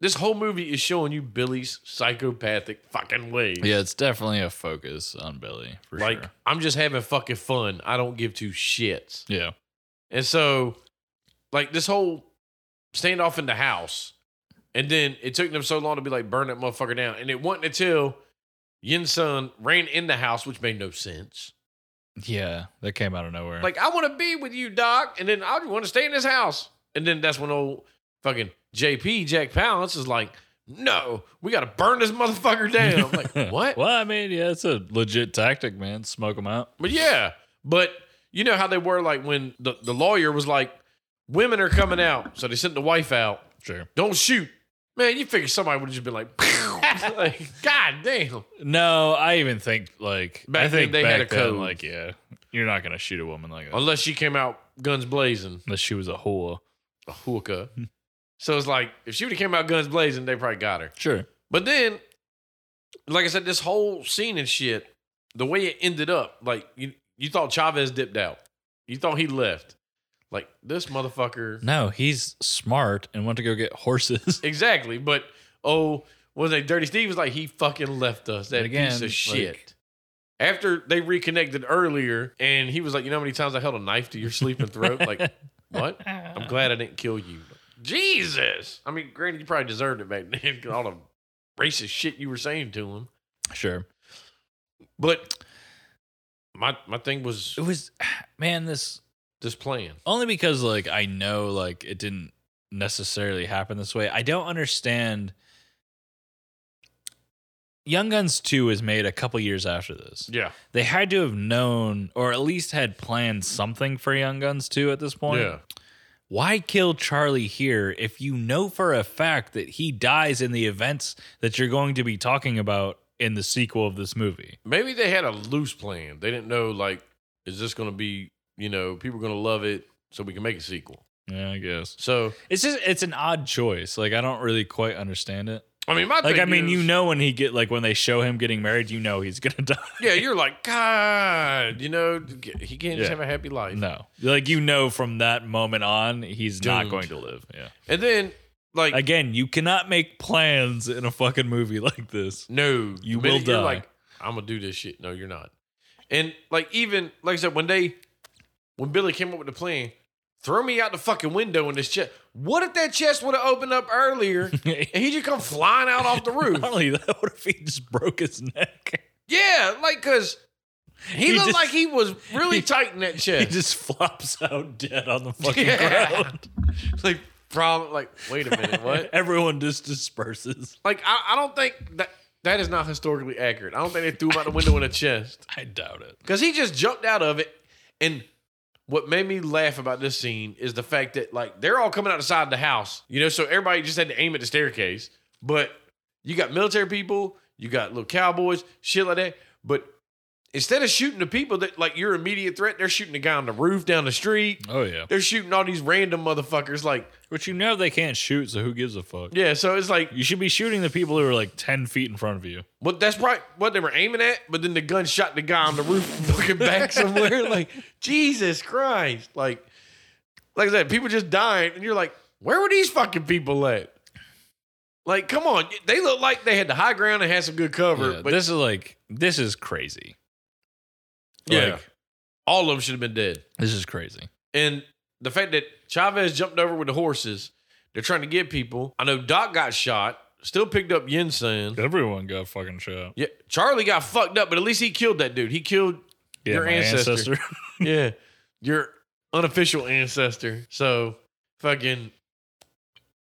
this whole movie is showing you Billy's psychopathic fucking ways.
yeah, it's definitely a focus on Billy for
like,
sure.
I'm just having fucking fun. I don't give two shits.
Yeah,
And so, like this whole standoff in the house, and then it took them so long to be like burn that motherfucker down. And it wasn't until Yin Sun ran in the house, which made no sense.
yeah, that came out of nowhere.
Like I want to be with you, Doc, and then I want to stay in this house. And then that's when old fucking JP Jack Palance is like, "No, we got to burn this motherfucker down." I'm like what?
Well, I mean, yeah, it's a legit tactic, man. Smoke them out.
But yeah, but you know how they were like when the the lawyer was like, "Women are coming out," so they sent the wife out.
Sure.
don't shoot. Man, you figure somebody would have just been like, like, God damn.
No, I even think like
Back
I
then,
think
they had
back
a
then,
code.
Like, yeah, you're not gonna shoot a woman like that
Unless she came out guns blazing,
unless she was a whore.
a hookah. so it's like, if she would have came out guns blazing, they probably got her.
Sure.
But then, like I said, this whole scene and shit, the way it ended up, like, you, you thought Chavez dipped out. You thought he left. Like, this motherfucker.
No, he's smart and went to go get horses.
Exactly. But, oh, was they Dirty Steve was like, he fucking left us, that
But again,
piece of
like-
shit. after they reconnected earlier and he was like, You know how many times I held a knife to your sleeping throat? like, what? I'm glad I didn't kill you. Jesus. I mean, granted, you probably deserved it back then because all the racist shit you were saying to him.
Sure.
But my my thing was
It was, man, this
this plan.
only because like I know like it didn't necessarily happen this way. I don't understand. Young Guns 2 was made a couple years after this.
Yeah.
They had to have known or at least had planned something for Young Guns 2 at this point.
Yeah.
Why kill Charlie here if you know for a fact that he dies in the events that you're going to be talking about in the sequel of this movie?
Maybe they had a loose plan. They didn't know, like, is this going to be, you know, people going to love it so we can make a sequel.
Yeah, I guess.
So,
It's just it's an odd choice. Like I don't really quite understand it.
I mean, my
Like
thing
I mean,
is-
you know when he get like when they show him getting married, you know he's gonna die.
Yeah, you're like, God, you know, he can't
Yeah.
just have a happy life.
No, like you know from that moment on, he's not
Doomed.
going to live. Yeah.
And then, like,
Again, you cannot make plans in a fucking movie like this.
no,
You
the minute
will
you're
die.
Like, I'm gonna do this shit. No, you're not. And like, even like I said, when they, when Billy came up with the plan, throw me out the fucking window in this chest. What if that chest would have opened up earlier
Not
and he just come flying out off the roof?
only that, what if he just broke his neck?
Yeah, like, cause he,
He
looked
just-
like he was really tight in that
He
chest.
just flops out dead on the fucking
Yeah.
ground.
like, problem. Like, wait a minute, what?
Everyone just disperses.
Like, I, I don't think that that is not historically accurate. I don't think they threw him out the window in a chest
I doubt it.
because he just jumped out of it. And what made me laugh about this scene is the fact that like they're all coming out the side of the house, you know. So everybody just had to aim at the staircase. But you got military people, you got little cowboys, shit like that. But instead of shooting the people that like your immediate threat, they're shooting the guy on the roof down the street.
Oh yeah.
They're shooting all these random motherfuckers. Like,
Which you know they can't shoot, so who gives a fuck?
yeah. So it's like
You should be shooting the people who are like 10 feet in front of you.
Well, that's probably what they were aiming at, but then the gun shot the guy on the roof fucking back somewhere. Like, Jesus Christ. Like, like I said, people just dying, and you're like, where were these fucking people at? Like, come on. They look like they had the high ground and had some good cover,
Yeah,
but
this is like, this is crazy.
Yeah.
Like,
all of them should have been dead.
this is crazy.
And the fact that Chavez jumped over with the horses, they're trying to get people. I know Doc got shot, still picked up Yin Sun.
Everyone got fucking shot.
Yeah, Charlie got fucked up, but at least he killed that dude. He killed
Yeah,
Your
my
ancestor. yeah, your unofficial ancestor. So fucking,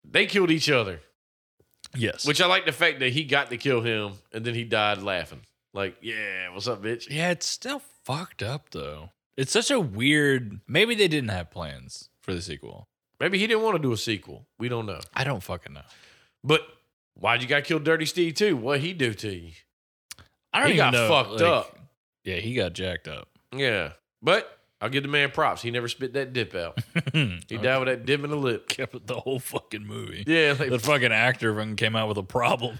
they killed each other,
yes.
which I like the fact that he got to kill him and then he died laughing. Like, yeah, what's up, bitch?
yeah, it's still fucked up though. It's such a weird. Maybe they didn't have plans for the sequel.
Maybe he didn't want to do a sequel. We don't know.
I don't fucking know.
But why'd you got killed, Dirty Steve too? What he do to you?
I
He got fucked up.
Yeah, he got jacked up.
Yeah, but I'll give the man props. He never spit that dip out. He died with that dip in the lip.
kept it the whole fucking movie.
Yeah,
The
like,
fucking actor fucking came out with a problem.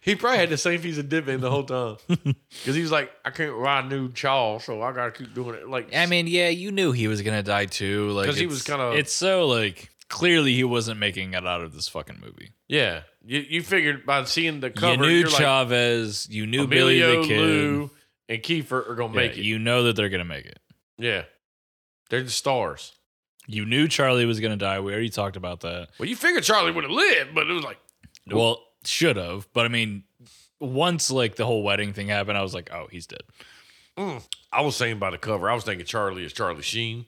he probably had the same piece of dip in the whole time because he was like, I can't ride new chaw, so I gotta keep doing it. Like,
I mean, yeah, you knew he was gonna die too. Like
'Cause he
it's-
was kinda-
It's so like clearly he wasn't making it out of this fucking movie.
yeah, you, you figured by seeing the cover,
you knew
you're like,
Chavez. you knew Billy
Emilio,
the Kid.
Lou, and Kiefer are gonna
Yeah,
make it.
You know that they're gonna make it.
yeah, they're the stars.
You knew Charlie was gonna die. We already talked about that.
Well, you figured Charlie would have lived, but it was like, Nope.
Well, should have, but I mean, once like the whole wedding thing happened, I was like, oh, he's dead.
mm. I was saying by the cover, I was thinking Charlie is Charlie Sheen.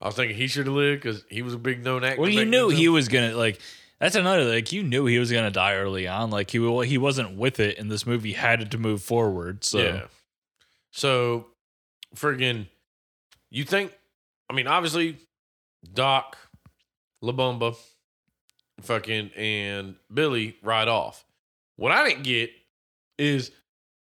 I was thinking he should have lived because he was a big known actor.
Well, you
back
knew
then,
he
too.
was gonna like. That's another like you knew he was gonna die early on. Like he wa- he wasn't with it, and this movie had to move forward. So
Yeah. So, friggin', you think? I mean, obviously, Doc, Labumba, fucking, and Billy ride off. What I didn't get is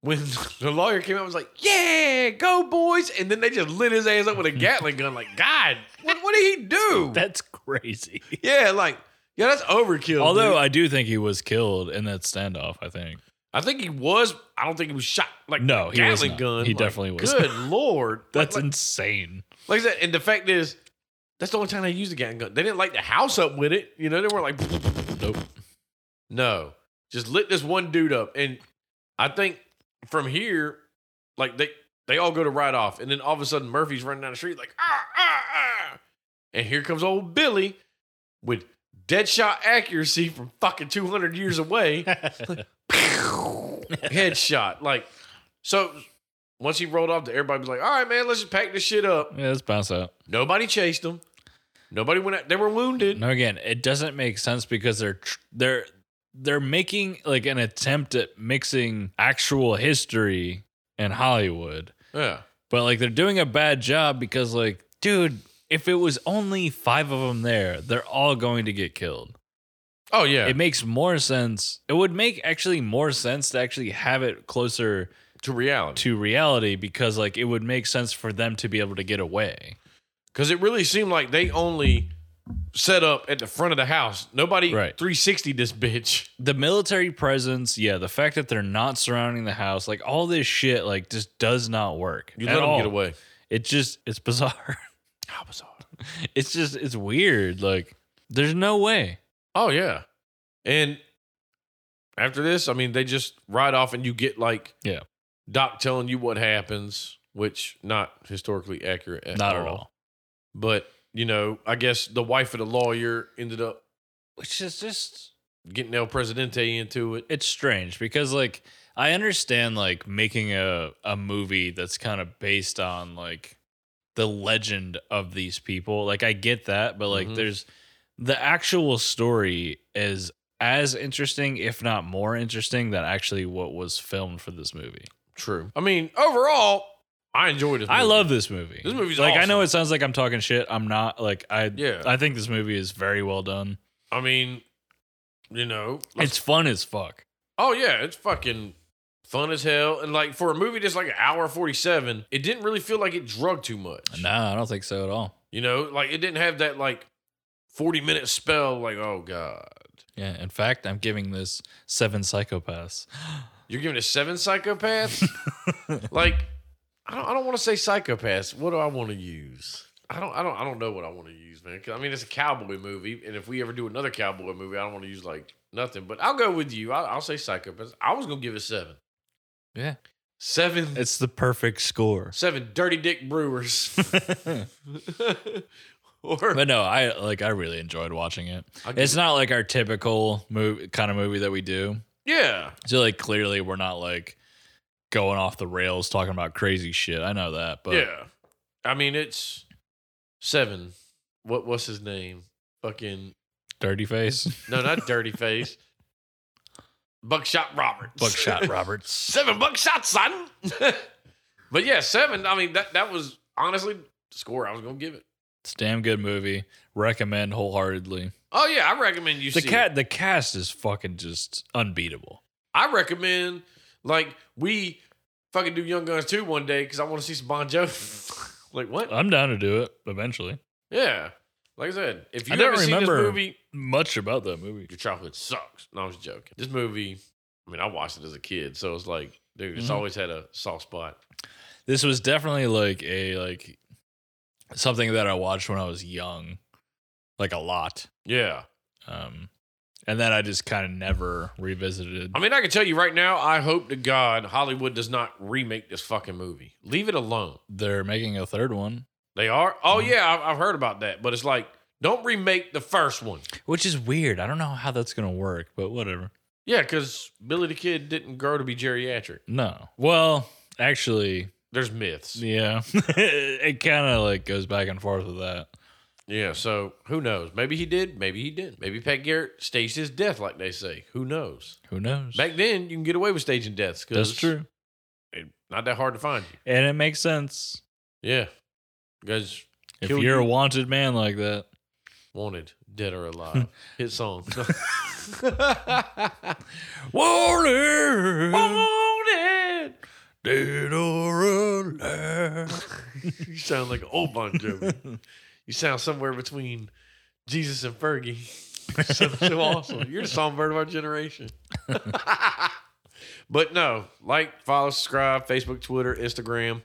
when the lawyer came out and was like, "Yeah, go boys," and then they just lit his ass up with a Gatling gun. Like, God, what, what did he do?
that's crazy.
yeah, like, yeah, that's overkill.
Although
dude.
I do think he was killed in that standoff. I think
I think he was. I don't think he was shot. Like,
No, he was
Gatling
not.
gun.
He
like,
definitely was.
Good lord,
that's
Like-
insane.
Like I said, and the fact is, that's the only time they used the gatling gun. They didn't light the house up with it. You know, they weren't like,
Nope.
no, just lit this one dude up. And I think from here, like they they all go to ride off, and then all of a sudden Murphy's running down the street like ah ah ah, and here comes old Billy with deadshot accuracy from fucking two hundred years away headshot. Like so, once he rolled off, everybody was like, all right, man, let's just pack this shit up.
Yeah, let's bounce out.
Nobody chased them. Nobody went out. They were wounded.
No, again, it doesn't make sense because they're tr- they're they're making like an attempt at mixing actual history and Hollywood,
Yeah.
but like they're doing a bad job because like, dude, if it was only five of them there, they're all going to get killed.
Oh yeah.
It makes more sense. It would make actually more sense to actually have it closer
to reality.
to reality because like it would make sense for them to be able to get away.
Because it really seemed like they only set up at the front of the house. Nobody
Right.
360 this bitch.
the military presence, yeah, the fact that they're not surrounding the house, like all this shit, like just does not work.
You
at
let them
all.
get away.
It just it's bizarre.
How bizarre.
it's just it's weird. Like there's no way.
Oh yeah. And after this, I mean, they just ride off and you get like
Yeah.
Doc telling you what happens, which not historically accurate at
not
all.
at all.
But, you know, I guess the wife of the lawyer ended up
Which is just
getting El Presidente into it.
it's strange because like I understand like making a a movie that's kind of based on like the legend of these people. Like I get that, but like
Mhm.
there's the actual story is as interesting, if not more interesting, than actually what was filmed for this movie.
True. I mean, overall, I enjoyed it.
I love this movie.
This movie's
like I know
awesome.
it sounds like I'm talking shit. I'm not. Like I
Yeah.
I think this movie is very well done.
I mean, you know, let's-
It's fun as fuck.
oh yeah, it's fucking fun as hell. And like for a movie that's like an hour forty seven, it didn't really feel like it drug too much.
Nah, I don't think so at all.
You know, like it didn't have that like forty minute spell. Like oh god,
Yeah. In fact, I'm giving this seven psychopaths.
you're giving it seven psychopaths. like I don't, I don't want to say psychopaths. What do I want to use? I don't, I don't, I don't know what I want to use, man. 'Cause, I mean, it's a cowboy movie, and if we ever do another cowboy movie, I don't want to use like nothing. But I'll go with you. I'll, I'll say psychopaths. I was gonna give it seven.
Yeah.
Seven,
It's the perfect score.
seven dirty dick brewers.
but
or
no, I like I really enjoyed watching it.
I'll give
It's
it-
not like our typical movie kind of movie that we do.
yeah,
So like clearly we're not like going off the rails talking about crazy shit. I know that, but
yeah. I mean, it's seven. What what's his name? Fucking
Dirty Face,
no, not dirty face. Buckshot Roberts.
Buckshot Roberts.
seven buckshots, son. but yeah, seven. I mean, that that was honestly the score I was gonna give it.
It's a damn good movie. Recommend wholeheartedly.
Oh yeah, I recommend you
The
see.
cat the cast is fucking just unbeatable.
it. I recommend like we fucking do Young Guns too one day because I want to see some Bon Jovi. Like what?
I'm down to do it eventually.
yeah. Like I said, if
I
you
don't
ever seen this
remember-
movie,
Much about that movie.
your childhood sucks. No, I was joking. This movie, I mean, I watched it as a kid, so it's like, dude, it's
Mhm.
always had a soft spot.
This was definitely like a like something that I watched when I was young, like a lot.
Yeah.
Um, and then I just kind of never revisited.
I mean, I can tell you right now, I hope to God Hollywood does not remake this fucking movie. Leave it alone.
They're making a third one,
They are? Oh,
Mhm.
yeah, I've, I've heard about that, but it's like, don't remake the first one.
which is weird. I don't know how that's gonna work, but whatever.
Yeah, because Billy the Kid didn't grow to be geriatric.
No. Well, actually,
There's myths.
yeah. it kind of like goes back and forth with that.
Yeah, so who knows? Maybe he did. Maybe he didn't. Maybe Pat Garrett staged his death, like they say. Who knows?
Who knows?
Back then, you can get away with staging deaths. 'cause
that's true.
it- not that hard to find you.
And it makes sense.
Yeah. Guys
If
Kill
you're a
you.
wanted man like that,
wanted, dead or alive. Hit song.
wanted,
wanted.
dead or alive.
You sound like an old Bon Jovi. you sound somewhere between Jesus and Fergie. so, so awesome. You're the songbird of our generation. but no, like, follow, subscribe, Facebook, Twitter, Instagram.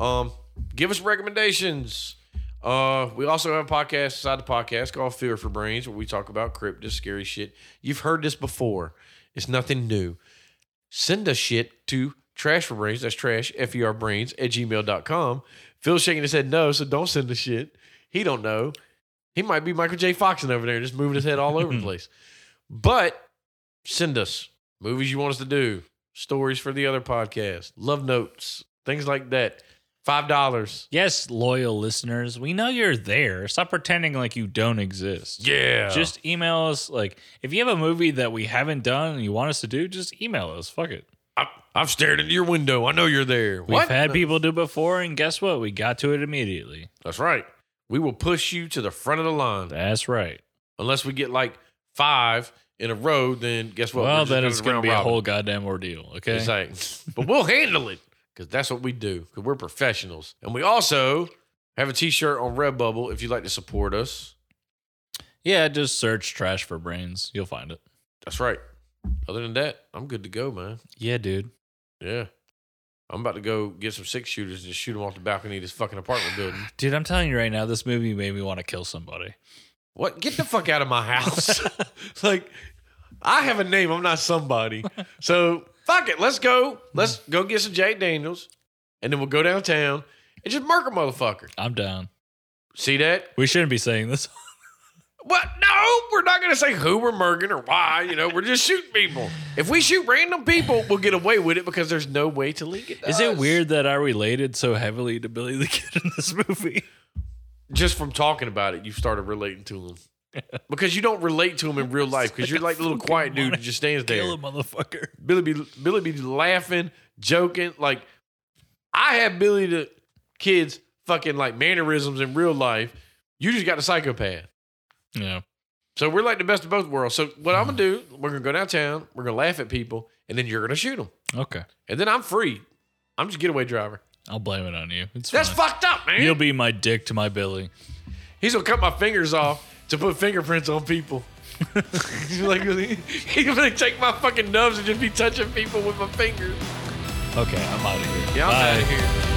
Um, give us recommendations. Uh, we also have a podcast inside the podcast called Fear for Brains, where we talk about cryptid, scary shit. You've heard this before. It's nothing new. Send us shit to trash for brains, that's trash, F-E-R brains at gmail.com. Phil's shaking his head no, so don't send us shit. He don't know. He might be Michael J. Foxing over there, just moving his head all over the place. But send us movies you want us to do, stories for the other podcast, love notes, things like that. Five dollars.
Yes, loyal listeners, we know you're there. Stop pretending like you don't exist.
Yeah. Just
Just email us. Like, if you have a movie that we haven't done and you want us to do, just email us. Fuck it.
I, I've stared into your window. I know you're there.
We've had people do before, and guess what? We got to it immediately.
That's right. We will push you to the front of the line.
That's right.
Unless we get like five in a row, then guess what?
well,
We're just
then it's going to
round
be a
robin.
whole goddamn ordeal. Okay.
It's like, but we'll handle it because that's what we do because we're professionals. And we also have a t shirt on Redbubble if you'd like to support us.
yeah, just search trash for brains. You'll find it.
That's right. Other than that, I'm good to go, man.
Yeah, dude.
Yeah. I'm about to go get some six shooters and just shoot them off the balcony of this fucking apartment building.
Dude, I'm telling you right now, this movie made me want to kill somebody.
What? Get the fuck out of my house. like, I have a name. I'm not somebody. So, fuck it. Let's go. Let's go get some Jack Daniels and then we'll go downtown and just murk a motherfucker.
I'm down.
See that?
We shouldn't be saying this.
What? No, we're not going to say who we're murking or why. You know, we're just shooting people. If we shoot random people, we'll get away with it because there's no way to link it. to
Is it
us.
weird that I related so heavily to Billy the Kid in this movie?
Just from talking about it, you started relating to him because you don't relate to him in real life because you're like the little quiet dude who just stands there.
Kill a motherfucker.
Billy be Billy be laughing, joking. Like I had Billy the kids fucking like mannerisms in real life. You just got the psychopath.
Yeah.
So we're like the best of both worlds. So what I'm gonna do? We're gonna go downtown. We're gonna laugh at people, and then you're gonna shoot them.
Okay.
And then I'm free. I'm just getaway driver.
I'll blame it on you. It's
That's
fine.
fucked up, man.
You'll be my dick to my Billy.
He's gonna cut my fingers off to put fingerprints on people. He's like, he's gonna take my fucking nubs and just be touching people with my fingers.
Okay, I'm out of here.
Yeah, I'm
Bye.
out of here.